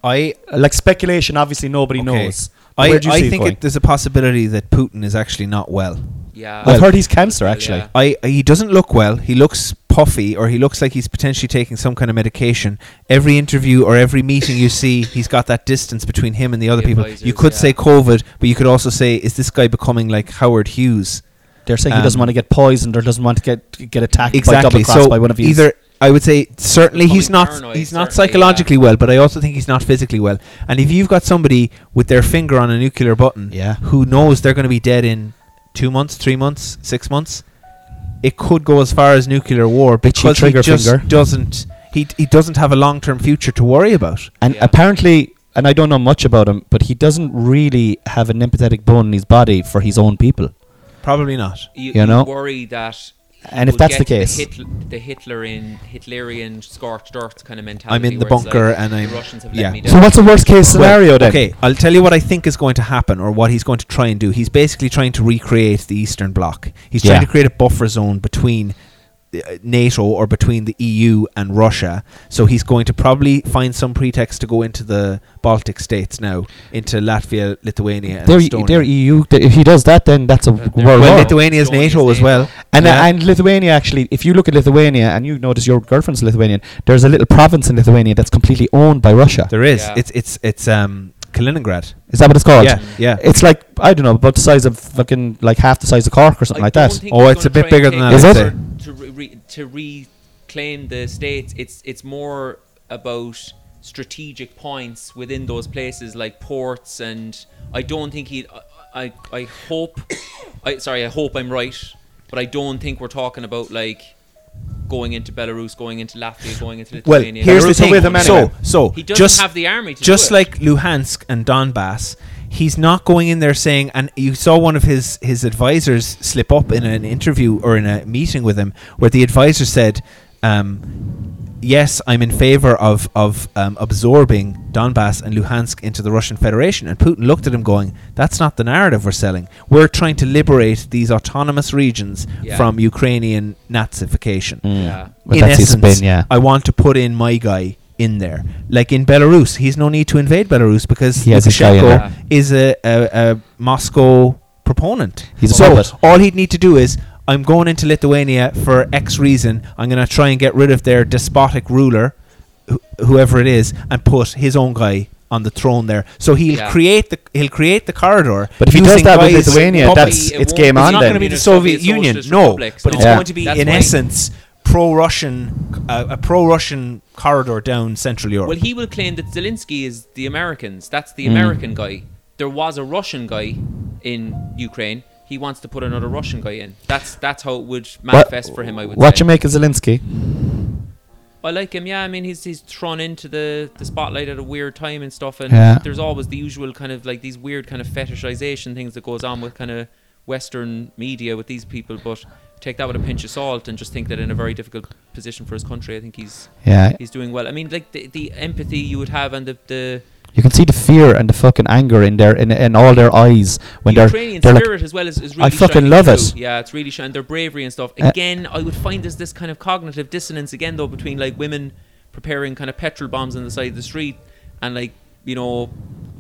I Like speculation, obviously nobody okay. knows. I, Where do you I see it think going? it, there's a possibility that Putin is actually not well. Yeah. I've heard he's cancer Well, actually. yeah. I he doesn't look well. He looks puffy, or he looks like he's potentially taking some kind of medication. Every interview or every meeting you see, he's got that distance between him and the other The people. you advisors, could yeah. say COVID, but you could also say, is this guy becoming like Howard Hughes? They're saying he Um, doesn't want to get poisoned or doesn't want to get get attacked by Exactly. double crossed So by one of you. either I would say certainly he's Becoming not paranoid, he's not certainly, psychologically well, but I also think he's not physically well. And if you've got somebody with their finger on a nuclear button, Yeah. who knows they're going to be dead in two months, three months, six months, it could go as far as nuclear war Itchy because he trigger just finger. doesn't he he doesn't have a long term future to worry about. And Yeah. apparently, and I don't know much about him, but he doesn't really have an empathetic bone in his body for his own people. Probably not. you, You know? worry that he And if will that's get the case- the, Hitl- the Hitlerian, Hitlerian scorched earth kind of mentality. I'm in the where it's bunker like, and I'm- the Russians have yeah. let me down. So what's the worst case scenario Well, then? Okay, I'll tell you what I think is going to happen or what he's going to try and do. He's basically trying to recreate the Eastern Bloc. He's Yeah. trying to create a buffer zone between uh, NATO or between the EU and Russia. So he's going to probably find some pretext to go into the Baltic states now, into Latvia, Lithuania, and They're, Estonia. they're E EU. th- If he does that, then that's a They're- world they're war. well, Well, Lithuania's Estonia's NATO as well. NATO. and, uh, Yeah. and Lithuania, actually, if you look at Lithuania and you notice your girlfriend's Lithuanian, there's a little province in Lithuania that's completely owned by Russia. there is. Yeah. It's it's it's um Kaliningrad. Is that what it's called? Yeah, yeah. It's like, I don't know, about the size of fucking, like half the size of Cork or something like that. Oh, it's a bit bigger than that, I'd To, re- re- to reclaim the states, it's it's more about strategic points within those places, like ports, and I don't think he. I I, I hope, I sorry, I hope I'm right, but I don't think we're talking about like going into Belarus, going into Latvia, going into Well, Lithuania. here's Belarus the are thing. with him anyway. So, so He doesn't just have the army to do just it. like Luhansk and Donbass, he's not going in there saying. And you saw one of his his advisors slip up in an interview or in a meeting with him, where the advisor said. Um, Yes, I'm in favor of of um, absorbing Donbass and Luhansk into the Russian Federation. And Putin looked at him, going, "That's not the narrative we're selling. We're trying to liberate these autonomous regions Yeah. from Ukrainian Nazification." Yeah. But in that's his essence, spin, yeah. I want to put in my guy in there. Like in Belarus, he's no need to invade Belarus because He has his guy in Lukashenko there. is a, a, a Moscow proponent. He's a so puppet. all he'd need to do is I'm going into Lithuania for X reason. I'm going to try and get rid of their despotic ruler, wh- whoever it is, and put his own guy on the throne there. So he'll Yeah. create the he'll create the corridor. But if he does using that with guys- Lithuania, puppets- that's- it's game it's on not then. going to be the Soviet Union, Socialist no. republics, But no. it's Yeah. going to be, That's in why- essence, pro-Russian, uh, a pro-Russian corridor down Central Europe. Well, he will claim that Zelensky is the Americans. That's the Mm. American guy. There was a Russian guy in Ukraine. He wants to put another Russian guy in. That's that's how it would manifest for him. I would. what say. you make of Zelensky? I like him. Yeah, I mean, he's he's thrown into the, the spotlight at a weird time and stuff, and Yeah. there's always the usual kind of like these weird kind of fetishization things that goes on with kind of Western media with these people. But take that with a pinch of salt and just think that in a very difficult position for his country, I think he's Yeah, he's doing well. I mean, like the, the empathy you would have and the, the you can see the fear and the fucking anger in their in, in all their eyes when they're Ukrainian they're like, spirit as well is, is really fucking shining love through. it. Yeah, it's really shining their bravery and stuff. Uh, Again, I would find there's this kind of cognitive dissonance again though between like women preparing kind of petrol bombs on the side of the street and like you know,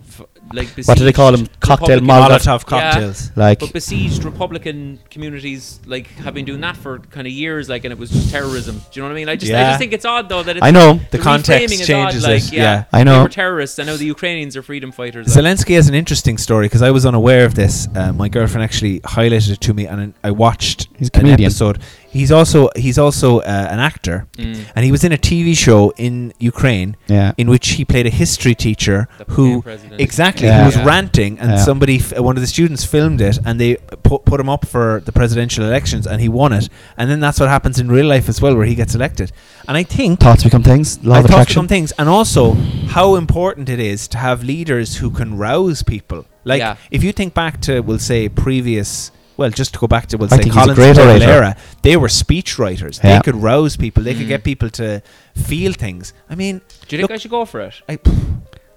f- like What do they call besieged them? Cocktail Republican- Molotov Yeah. cocktails. like But besieged Republican communities like have been doing that for kind of years, like, and it was just terrorism. Do you know what I mean? I just, I Yeah. just think it's odd though that it's I know. The reframing context is odd, changes like, it, Yeah, yeah. I They know. were terrorists. I know the Ukrainians are freedom fighters. like. Zelensky has an interesting story because I was unaware of this. Uh, my girlfriend actually highlighted it to me, and I watched He's a an comedian. episode. He's also he's also uh, an actor, Mm. and he was in a TV show in Ukraine yeah. in which he played a history teacher That became who president. exactly Yeah. who was Yeah. ranting, and Yeah. somebody f- one of the students filmed it, and they put put him up for the presidential elections, and he won it. And then that's what happens in real life as well, where he gets elected. And I think Thoughts become things. Law I of thought attraction. some things, and also how important it is to have leaders who can rouse people. Like Yeah. if you think back to, we'll say, previous. Well, just to go back to, we'll I say, think he's a Collins great and orator. Aguilera, they were speech writers. Yeah. They could rouse people. They could Mm. get people to feel things. I mean, Do you look, think I should go for it? I,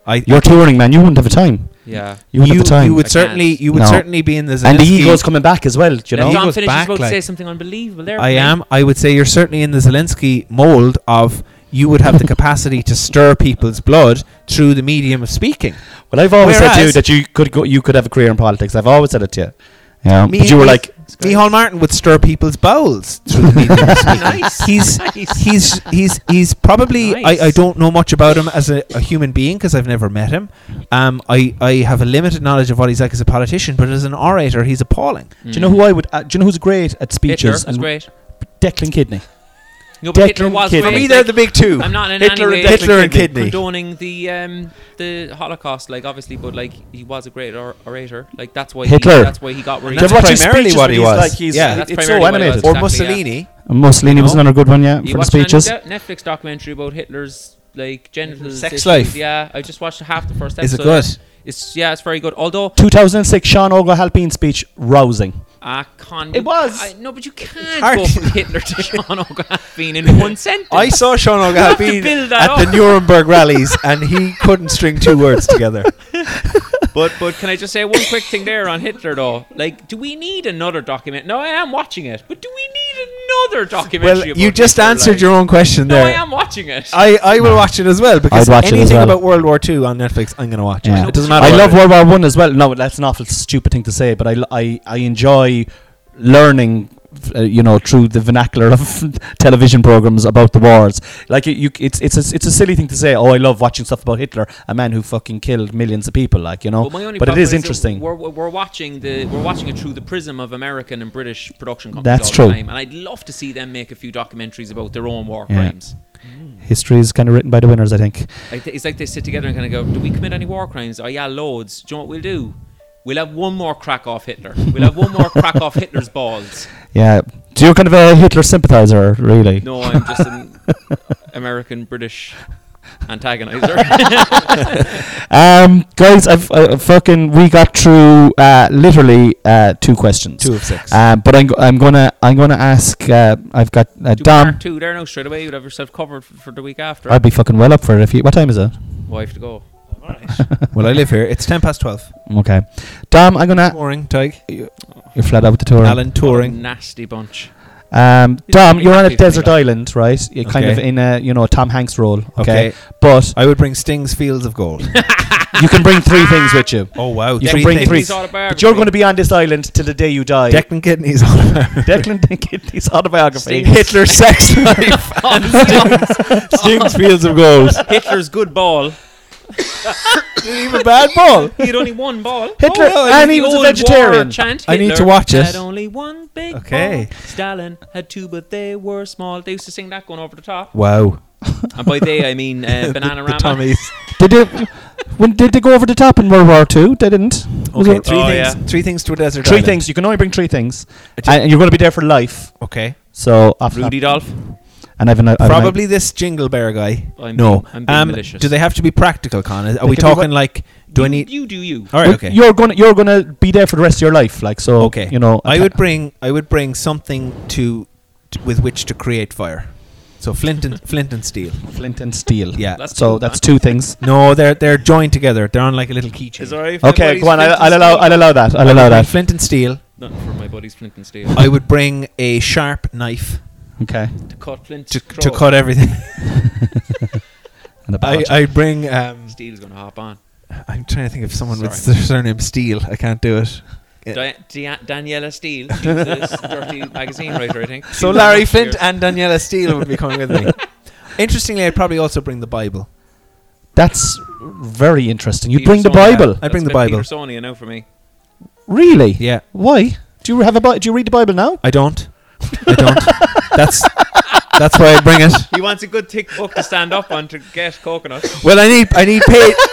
I, You're touring, man. You wouldn't have a time. Yeah. You wouldn't you, have a time. you would I certainly, can't. you would No. certainly be in the and the Zelensky- ego's coming back as well. Do you No, know? he John goes finishes back, about like- to say something unbelievable there. I mate. am. I would say you're certainly in the Zelensky mold of you would have the capacity to stir people's blood through the medium of speaking. Well, I've always said to you Whereas- that you could go, you could have a career in politics. I've always said it to you. Yeah, Me- but you were me- like, Mihal Martin would stir people's bowels through the medium of speaking. He's, he's he's he's probably Nice. I, I don't know much about him as a, a human being because I've never met him. Um, I I have a limited knowledge of what he's like as a politician, but as an orator, he's appalling. do you know who I would? Uh, do you know who's great at Mm. Hitler speeches? was great. Declan Kidney. No, but Hitler Declan was Kidney. great. For me, Like, big two. I'm not in Hitler any and way Hitler and like, Kidney. condoning the um, the Holocaust, like obviously, but like he was a great or- orator. Like that's why Hitler. He, that's why he got where he Do you That's ever watch his primarily speeches what when he he's was. Like he's, Yeah, it- that's it's so primarily what he animated. was. or Exactly, Mussolini. And Mussolini was No. another good one, yeah, You for the watched an speeches. Ane- Netflix documentary about Hitler's like genitals. Sex issues. life. Yeah, I just watched half the first Is episode. it good? It's yeah, it's very good. Although 2006 Sean O'Gallagher speech, rousing. I can't. It was. I, no, but you can't hard go to- from Hitler to Sean O'Gallagher in one sentence. saw Sean have to O'Galpin build at that at the the up. Nuremberg rallies, and he couldn't string two words together. But but can I just say one quick thing there on Hitler though? Like, do we need another document? No, I am watching it. But do we need another documentary? Well, you about just Hitler? answered Like, your own question No, there. I am watching it. I, I will watch it as well because I'd watch it as anything well. about World War II on Netflix, I'm going to watch Yeah. it. It doesn't matter. I what love it- World War One as well. No, that's an awful stupid thing to say, but I, l- I, I enjoy learning, uh, you know, through the vernacular of television programs about the wars. Like you, you it's it's a, it's a silly thing to say. Oh, I love watching stuff about Hitler, a man who fucking killed millions of people. Like you know, my only but it problem is that interesting. We're, we're we're watching the we're watching it through the prism of American and British production companies. That's all true. The time, and I'd love to see them make a few documentaries about their own war Yeah. crimes. History is kind of written by the winners, I think. Like th- it's like they sit together and kind of go, "Do we commit any war crimes? Oh yeah, loads. Do you know what we'll do? We'll have one more crack off Hitler. We'll have one more crack off Hitler's balls." Yeah, so you're kind of a Hitler sympathizer, really. No, I'm just an American British antagonizer. Um, guys, I've uh, fucking we got through uh, literally uh, two questions. Two of six. Uh, but I'm, go- I'm gonna I'm gonna ask. Uh, I've got uh, Do Dom. part two there now straight away. You'd have yourself covered for, for the week after. I'd be fucking well up for it if you. What time is it? Wife to go. Well, I live here. It's 10 past 12. Okay, Dom. I'm gonna. Touring, Tig. You're flat out with the tour. Alan touring. Nasty bunch. Um, He's Dom, pretty you're on a happy for desert that. island, right? You're kind of Okay. in a you know Tom Hanks role. Okay, Okay. but I would bring Sting's Fields of Gold. you can bring three things with you. oh, wow. You can bring things. three. He's autobiography. But you're going to be on this island till the day you die. Declan Kidney's on there. Declan Dinkins autobiography. Sting. Hitler's sex life. Sting's Fields of Gold. Hitler's good ball. Even bad ball. He had only one ball. Hitler- Oh, well, and it he the was a old war vegetarian. Chant. I need Hitler to watch it. Had only one big Okay. ball. Stalin had two, but they were small. They used to sing that going over the top. Wow. And by they, I mean uh, Banana The Rama. Tommies. Did they, when did they go over the top in World War Two? They didn't. Was Okay, it- three Oh, things. yeah. Three things to a desert three island. things. You can only bring three things, A Oh, and you're going to be there for life. Okay. So off Rudy Dolph. And I've an, I've an- Probably this jingle bear guy. I'm no. being- I'm being um, malicious. do they have to be practical, Con? Are They we can be talking what- like? Do I need? You do you. All right. But Okay. You're gonna you're gonna be there for the rest of your life, like so. Okay. You know, I ca- would bring. I would bring something to, t with which to create fire. So flint and flint and steel. flint and steel. Yeah. That's so cool, that's man. two things. No, they're they're joined together. They're on like a little keychain. Is alright. Okay, go on. I'll, I'll allow. I'll allow that. I'll I allow would bring that. Flint and steel. Not for my buddies, Flint and Steel. I would bring a sharp knife Okay. to cut Flint to, to cut everything. And a I pot. I bring. Um, Steel's gonna hop on. I'm trying to think of someone with the surname Steele. I can't do it. Yeah. Di- Dia- Daniela Steele, she's a dirty magazine writer, I think. She So was Larry on Flint here. and Daniela Steele would be coming with me. Interestingly, I'd probably also bring the Bible. That's very interesting. You Peter bring the Sonia. Bible. I bring That's the a bit Bible. Peter Sonia now for me. Really? Yeah, Why? Do you have a Bi- Do you read the Bible now? I don't. I don't. that's that's why I bring it. He wants a good thick book to stand up on to get coconuts. Well, I need I need pa-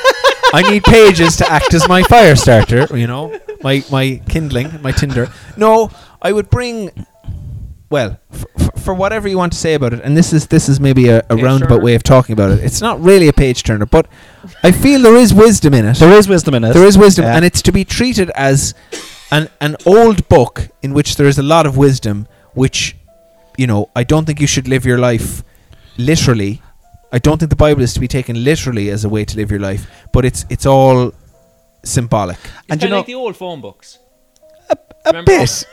I need pages to act as my fire starter. You know, my my kindling, my tinder. No, I would bring. Well, f- f- for whatever you want to say about it, and this is this is maybe a, a Page roundabout turner? way of talking about it. It's not really a page turner, but I feel there is wisdom in it. There is wisdom in it. There is wisdom, Yeah. and it's to be treated as an an old book in which there is a lot of wisdom, which you know I don't think you should live your life literally. I don't think the Bible is to be taken literally as a way to live your life, but it's it's all symbolic. It's And and you know- like the old phone books. A Remember- bit.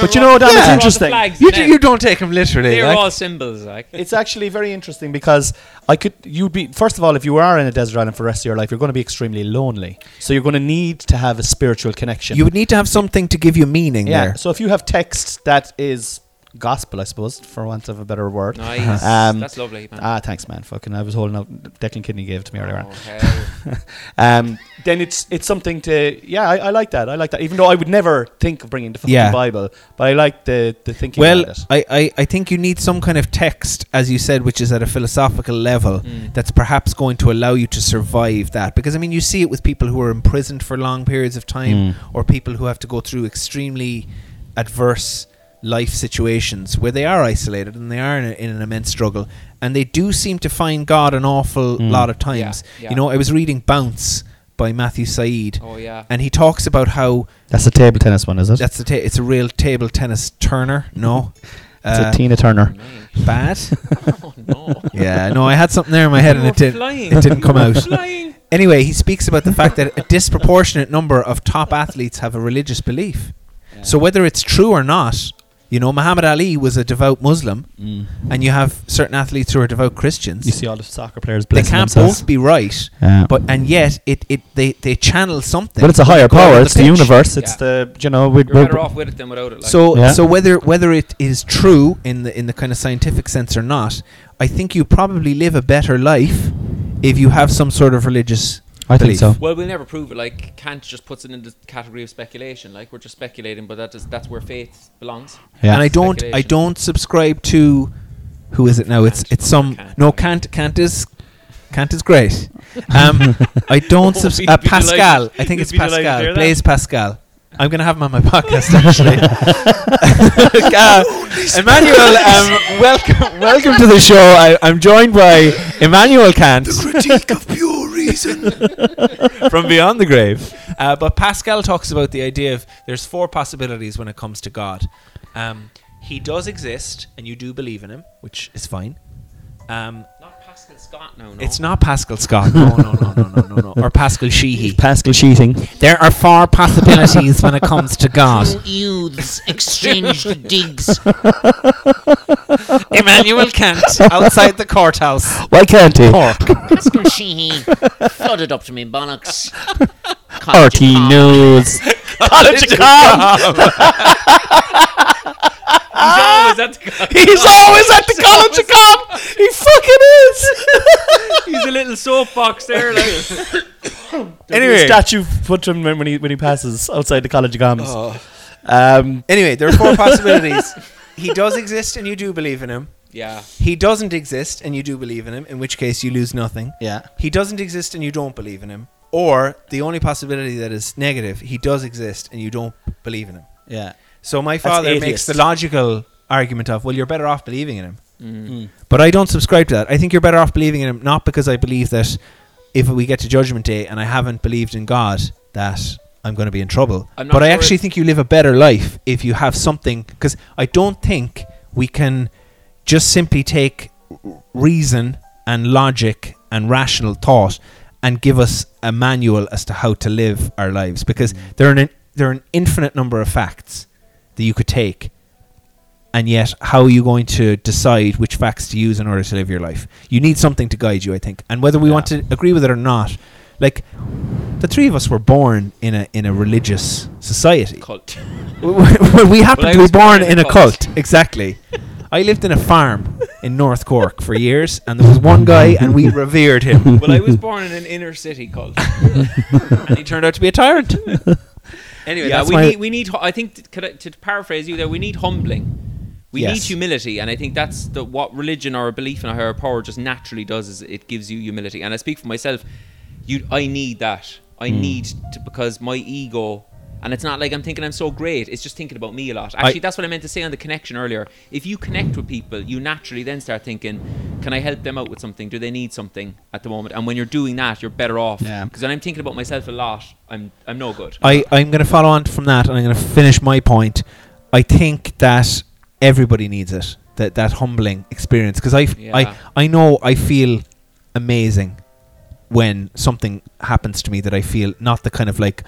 But you know what? That's Remember all the interesting. flags you, now? do, you don't take them literally. They're like. all symbols, like. It's actually very interesting because I could you'd be first of all if you are in a desert island for the rest of your life you're going to be extremely lonely so you're going to need to have a spiritual connection. you would need to have something to give you meaning yeah. there. So if you have text that is gospel, I suppose, for want of a better word. Nice. Um, That's lovely, man. Ah, thanks, man. Fucking, I was holding out. Declan Kidney gave it to me earlier on. Oh, hell. Um, then it's it's something to yeah. I, I like that. I like that. Even though I would never think of bringing the fucking Yeah. Bible, but I like the the thinking. Well, behind it. I, I, I think you need some kind of text, as you said, which is at a philosophical level Mm. that's perhaps going to allow you to survive that. Because, I mean, you see it with people who are imprisoned for long periods of time Mm. Hmm. or people who have to go through extremely adverse life situations where they are isolated and they are in, a, in an immense struggle. And they do seem to find God an awful Mm. lot of times. Hmm. Yeah, yeah. You know, I was reading Bounce by Matthew Said, oh yeah. and he talks about how that's a table tennis one, is it? that's the ta- it's a real table tennis turner. No, it's Uh, a Tina Turner. Man. bad. Oh no. yeah, no, I had something there in my head and You it were did. flying. It didn't come You were out. Flying. Anyway, he speaks about the fact that a disproportionate number of top athletes have a religious belief. So whether it's true or not, you know, Muhammad Ali was a devout Muslim, and you have certain athletes who are devout Christians. You see all the soccer players. they blessing can't themselves. both be right, Yeah. but and yet it, it they, they channel something. But it's a when higher they go out power. on It's the, pitch. universe. It's Yeah. the you know. We, You're better off with it than without it. Like. So Yeah. so whether whether it is true in the in the kind of scientific sense or not, I think you probably live a better life if you have some sort of religious I think belief. so. Well, we'll never prove it. Like Kant just puts it in the category of speculation. Like we're just speculating, but that is that's where faith belongs. Yeah. And I don't I Speculation. don't subscribe to who is it now? It's Kant. it's some Kant. no Kant Kant is Kant is great. Um, I don't Oh, subs- you'd uh, be delighted- Pascal. I think you'd it's be delighted to hear Pascal. that. Blaise Pascal. I'm gonna have him on my podcast actually. Uh, Emmanuel, um, welcome welcome to the show. I, I'm joined by Emmanuel Kant. critique of pure reason. from beyond the grave. Uh, but Pascal talks about the idea of there's four possibilities when it comes to God. Um, he does exist, and you do believe in him, which is fine. Um, Not Pascal Scott. No, no. it's not Pascal Scott, no, no, no, no, no, no, no, or Pascal Sheehy. Pascal Sheeting. There are four possibilities when it comes to God. Youths exchanged digs. Immanuel Kant outside the courthouse. Why can't he? Pascal Sheehy flooded up to me bollocks. College RT of Cobb. News. Ah! No, is that the He's always at the College of Cobb. He fucking is. He's a little soapbox there. Like. Anyway, anyway, statue put to him when when he when he passes outside the College of Gums. Um, Anyway, there are four possibilities. He does exist and you do believe in him. yeah. He doesn't exist and you do believe in him, in which case you lose nothing. yeah. He doesn't exist and you don't believe in him. Or the only possibility that is negative, he does exist and you don't believe in him. Yeah. So my father makes atheist. the logical argument of, well, you're better off believing in him. But I don't subscribe to that. I think you're better off believing in him, not because I believe that if we get to Judgment Day and I haven't believed in God, that I'm going to be in trouble. I'm not But I sure actually if- think you live a better life if you have something, because I don't think we can just simply take r- reason and logic and rational thought and give us a manual as to how to live our lives, because Mm. there are an, there are an infinite number of facts that you could take and yet how are you going to decide which facts to use in order to live your life you need something to guide you i think and whether we want to agree with it or not like the three of us were born in a in a religious society Cult. we we happened Well, I to be was born in a cult, exactly i lived in a farm in north cork for years and there was one guy and we revered him Well, I was born in an inner city cult. and he turned out to be a tyrant Anyway, Yeah, that that's we my- need, we need. hu- I think t- could I, to paraphrase you there, we need humbling. We need Yes. humility, and I think that's the, what religion or a belief in a higher power just naturally does. Is it gives you humility, and I speak for myself. You, I need that. I Hmm. need to because my ego, and it's not like I'm thinking I'm so great. It's just thinking about me a lot. Actually, that's what I meant to say on the connection earlier. If you connect with people, you naturally then start thinking, "Can I help them out with something? Do they need something at the moment?" And when you're doing that, you're better off. Yeah. Because when I'm thinking about myself a lot, I'm I'm no good. I, I'm going to follow on from that, and I'm going to finish my point. I think that everybody needs it that that humbling experience because I, Yeah. I I know I feel amazing when something happens to me that I feel not the kind of like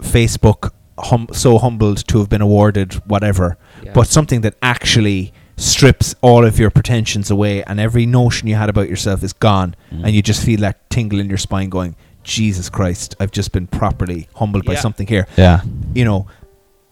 Facebook hum, so humbled to have been awarded whatever, Yeah. but something that actually strips all of your pretensions away and every notion you had about yourself is gone Mm. and you just feel that tingle in your spine going jesus christ i've just been properly humbled by Yeah. something here Yeah. you know,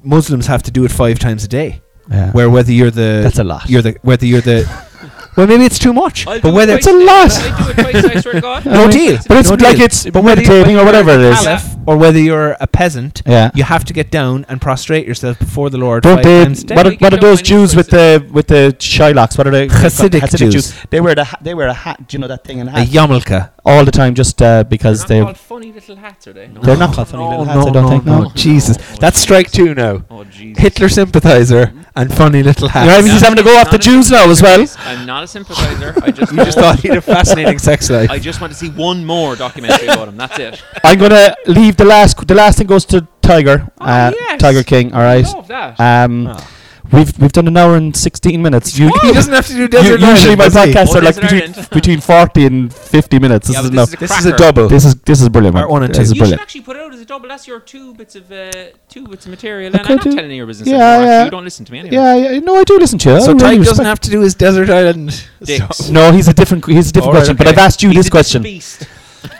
Muslims have to do it five times a day. Yeah. Where whether you're the That's a lot. You're the whether you're the well, maybe it's too much. I'll but do whether it It's a lot. I do it twice, I swear to God. no deal. But it's no like deal. it's But whether you- meditating or whatever it is. Caliph. Caliph or whether you're a peasant, Yeah. you have to get down and prostrate yourself before the Lord Don't five they? times a day. What are, We can what are go those any Jews with the with the shylocks? What are they? Hasidic Jews. They wear the ha- they wear a hat. Do you know that thing in a a hat yarmulke. all the time, just uh, because They're they not called funny little hats, are they? No. they're not called funny little hats. I don't think. No. Jesus, No. that's strike two now. Oh Jesus! Hitler sympathizer and funny little hats. You're having- he's having to go off the Not a Jews now as well. I'm not a sympathizer. I just you just know- thought he'd a fascinating sex life. I just want to see one more documentary about him. That's it. I'm gonna leave the last. The last thing goes to Tiger, uh, Oh, yes. Oh. Tiger King. All right. Love that. Um, we've we've done an hour and sixteen minutes. You, he doesn't have to do you, desert. usually Island, my does he? podcasts Oh, are like Desert between, Island. between forty and fifty minutes. This Yeah, is but enough. this is a This is a cracker. double. This is this is brilliant. Part one and This two. is You should brilliant. actually put out as a double. That's your two bits of uh, two bits of material. I And could I'm not do. telling your business Yeah, anymore. yeah. So you don't listen to me anyway. Yeah, yeah, no, I do listen to you. So I Tyke really doesn't respect- have to do his desert island. Dicks. stuff. No, he's a different. He's a different Alright, question. But okay. I've asked you He's this a question. Beast.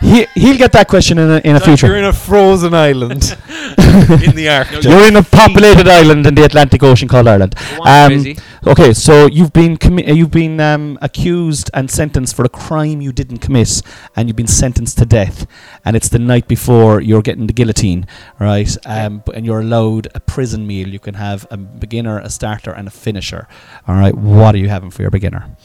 He he'll get that question in a, in a You're future. in a frozen island in the Arctic. You're in a populated island in the Atlantic Ocean called Ireland. Go on, Um, Crazy. okay, so you've been commi- uh, you've been um, accused and sentenced for a crime you didn't commit, and you've been sentenced to death. And it's the night before you're getting the guillotine, right? Um, b- and you're allowed a prison meal. You can have a beginner, a starter, and a finisher. All right, what are you having for your beginner?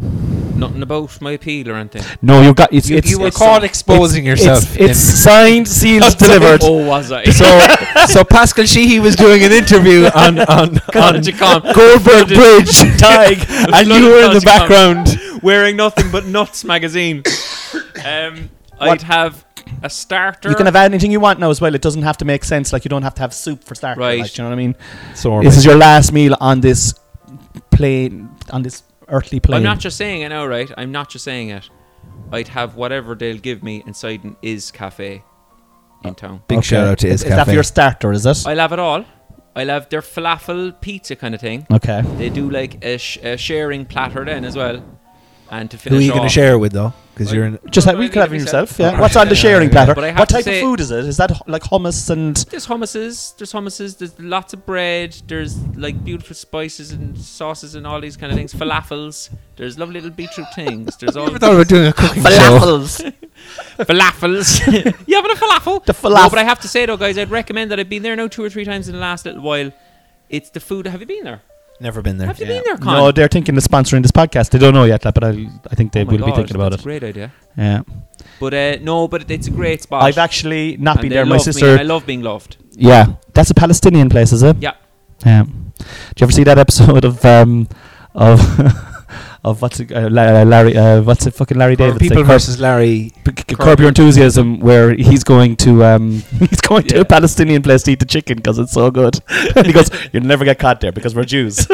Nothing about my appeal or anything. No, you got it's You, it's you were it's- caught exposing it's- yourself. It's, signed, sealed, delivered. Oh, was I? so, so Pascal Sheehy was doing an interview on on, on you can't- Goldberg Bridge, Tig, and you were in the Bloody background. Wearing nothing but nuts magazine. Um, I'd What? have a starter. You can have anything you want now as well. It doesn't have to make sense. Like you don't have to have soup for starter. Right. Like, do you know what I mean? Sorry. This is your last meal on this plane, on this earthly plane. I'm not just saying it now, right? I'm not just saying it. I'd have whatever they'll give me inside an Is Cafe Oh. in town. Big shout out to Is, his is that for cafe. your starter? Is it? I'll have it all. I'll have their falafel pizza kind of thing. okay. They do like a, sh- a sharing platter then as well. And to Who are finish you going to off- share it with though? Because you're in. Just No, like but I we need could have it it myself. yourself. Yeah. What's on the Yeah, sharing yeah, platter? but I have What to type of say- food is it? Is that h- like hummus and? There's hummuses, there's hummuses, there's lots of bread, there's like beautiful spices and sauces and all these kind of things. Falafels, there's lovely little beetroot things. There's all Never thought about doing a cooking show. Falafels. falafels. you having a falafel? The falaf- No, but I have to say though, guys, I'd recommend that I've been there now two or three times in the last little while. It's the food. Have you been there? Never been there. Have you Yeah. been there, Con? no, they're thinking of sponsoring this podcast. They don't know yet, like, but I, I think they Oh my will be God, thinking about that's it. a great idea. Yeah. But uh, no, but it- it's a great spot. I've actually not And been they there. My love me, sister. and I love being loved. Yeah, that's a Palestinian place, is it? Yeah. Yeah. Do you ever see that episode of um, of of what's it, uh, La- Larry, uh, what's it fucking Larry David? People versus Larry. Curb, Curb Your Enthusiasm, where he's going to um, he's going to Yeah. a Palestinian place to eat the chicken because it's so good. and he goes, "You'll never get caught there because we're Jews."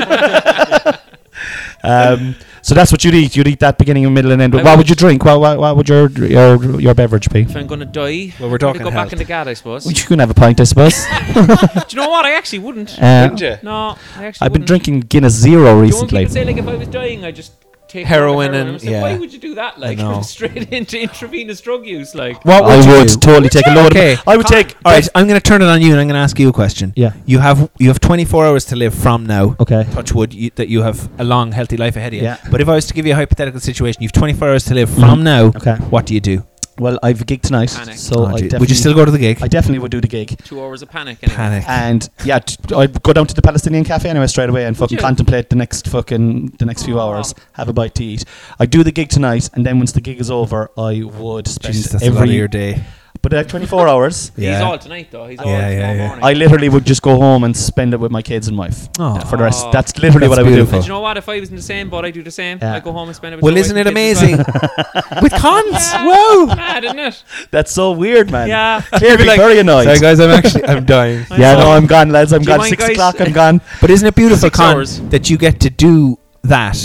um, so that's what you'd eat. You'd eat that beginning, middle, and end. I What would, would. you drink? What, what, what would your your your beverage be? If I'm gonna die, Well, we're I'm gonna talking go health. back in the gad, I suppose. Well, you can have a pint, I suppose. Do you know what? I actually wouldn't. Uh, No, I actually. I've been wouldn't. drinking Guinness Zero Do you want recently. people say like if I was dying, I just take Heroin I and- was like, yeah. Why would you do that? Like know. straight into intravenous drug use, like. What would I you would do? totally take a load. Okay. Of, I would take. All right, I'm going to turn it on you, and I'm going to ask you a question. Yeah. You have you have 24 hours to live from now. Okay. Touch wood you, that you have a long, healthy life ahead of you. Yeah. But if I was to give you a hypothetical situation, you've 24 hours to live from Mhm. now. Okay. What do you do? Well, I've a gig tonight, Panic. so Oh, I gee. definitely would you still go to the gig? I Ah, definitely would do the gig. Two hours of panic. Anyway. Panic. And yeah, t- I'd go down to the Palestinian cafe anyway straight away and fucking you? contemplate the next fucking the next Oh. few hours. Have a bite to eat. I do the gig tonight, and then once the gig is over, I would spend Jesus, that's a lot every of your day. but like twenty four hours. He's Yeah. all tonight though. He's all Yeah, yeah, tomorrow yeah. morning. I literally would just go home and spend it with my kids and wife Aw. for the rest. Aw. That's That's literally what I would beautiful. do. Do you know what? If I was in the same boat, I do the same. Yeah. I go home and spend it. With Well, my wife isn't it and kids as amazing? With cons. Whoa. well. Mad, isn't it? That's so weird, man. Yeah. Clearly very annoyed. Sorry, guys, I'm actually I'm dying. Yeah, know. no, I'm gone, lads. I'm Do you gone. mind, Six guys? o'clock. I'm gone. But isn't it beautiful, Six Con, hours. that you get to do that,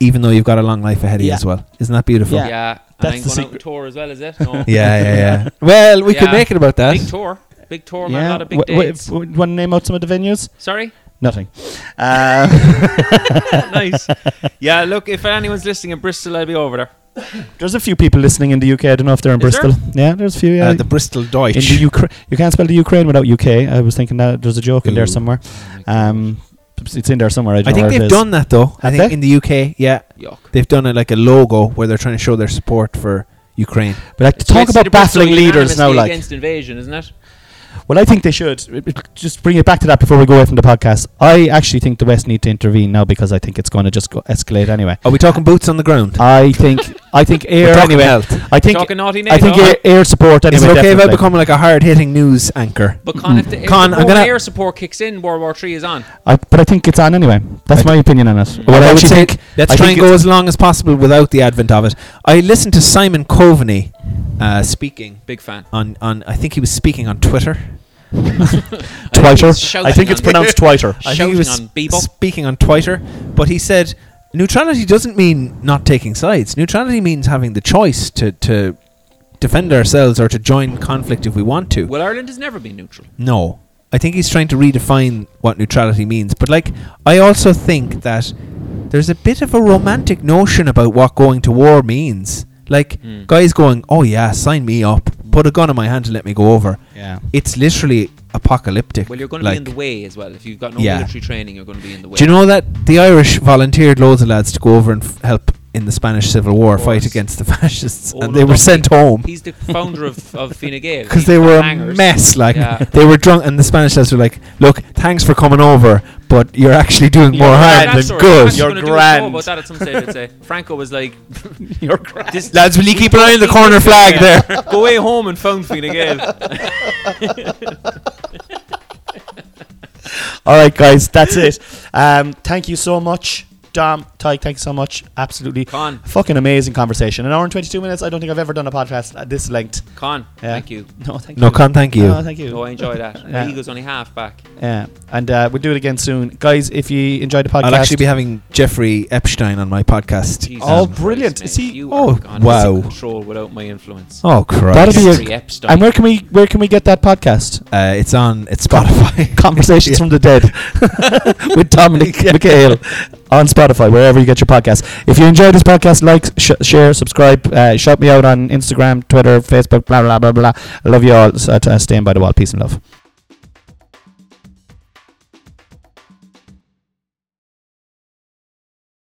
even though you've got a long life ahead of you Yeah. as well? Isn't that beautiful? Yeah. Yeah. That's and I'm the going out on secret. tour as well, is it? No. yeah, yeah. yeah. well, we could Yeah. make it about that. Big tour. Big tour, Oh, man. A lot of big W- w- dates. w- want to name out some of the venues? Sorry? Nothing. Uh, nice. Yeah, look, if anyone's listening in Bristol, I'll be over there. there's a few people listening in the UK. I don't know if they're in Is Bristol. Yeah, there's a few. Yeah. Uh, the Bristol Deutsch. in the Ukraine, you can't spell the Ukraine without UK. I was thinking that there's a joke in there Ooh. somewhere. Um, it's in there somewhere. I, don't I think know where it they've is. done that though. I Have think they? in the UK, yeah, Yuck. they've done it like a logo where they're trying to show their support for Ukraine. But like, to talk Let's see about the Bristol baffling leaders now, unanimously like Against invasion, isn't it? Well, I think they should. It- it- Just bring it back to that before we go away from the podcast. I actually think the West need to intervene now because I think it's going to just go escalate anyway. Are we talking boots on the ground? I think I think Uh, We're air talking anyway. health. I think Talking naughty I think NATO. air, air support anyway. Is it okay if I definitely. become like a hard-hitting news anchor? But Con, if the air, Con, I'm support, gonna- air support kicks in, World War Three is on. I, but I think it's on anyway. That's my opinion on it. What But I would say, think. let's I try think and go it's- as long as possible without the advent of it. I listened to Simon Coveney uh, speaking Big fan. on, on. I think he was speaking on Twitter. Twiter. shouting I think on it's pronounced Twiter. I think he Shouting was on Bebo. speaking on Twitter, but he said neutrality doesn't mean not taking sides. Neutrality means having the choice to, to defend ourselves or to join conflict if we want to. Well, Ireland has never been neutral. No. I think he's trying to redefine what neutrality means. But like I also think that there's a bit of a romantic notion about what going to war means. Like Mm. guys going, "Oh yeah, sign me up. Put a gun in my hand and let me go over." Yeah. It's literally apocalyptic. Well, you're going to like, be in the way as well. If you've got no Yeah. military training, you're going to be in the way. Do you know that the Irish volunteered loads of lads to go over and f- help in the Spanish Civil War course. fight against the fascists, Oh, and no, they were don't sent be- home He's the founder of, of Fine Gael. because He's they got were a hangers. mess. Like Yeah. they were drunk, and the Spanish lads were like, "Look, thanks for coming over, but you're actually doing You're more harm grand, That than story, I'm good." actually You're gonna do a show grand. About that at some stage, I'd say. Franco was like, You're grand. this, lads, will you keep an eye on the corner flag there? Go away home and phone Fine Gael. All right, guys, that's it. Um, thank you so much, Dom, Tyke. Thank you so much. Absolutely, Con. fucking amazing conversation. An hour and twenty-two minutes. I don't think I've ever done a podcast at this length. Con, Yeah. thank you. No, thank No, you. Con, thank you. No, thank you. Oh, I enjoy that. Yeah. Yeah. Eagle's only half back. Yeah, and uh, we'll do it again soon, guys. If you enjoyed the podcast, I'll actually be having Jeffrey Epstein on my podcast. Um, Jesus Oh, Christ, brilliant. mate. Is he- You oh, are gone out of wow. Control without my influence. oh That'll Christ! be Jeffrey a, Epstein. and where can we where can we get that podcast? Uh, it's on. It's Spotify. Yeah. Conversations from the Dead with Dominic McHale on Spotify, wherever you get your podcast. If you enjoyed this podcast, like, sh- share, subscribe, uh, shout me out on Instagram, Twitter, Facebook, blah, blah, blah, blah. I love you all. So, uh, staying by the wall. Peace and love.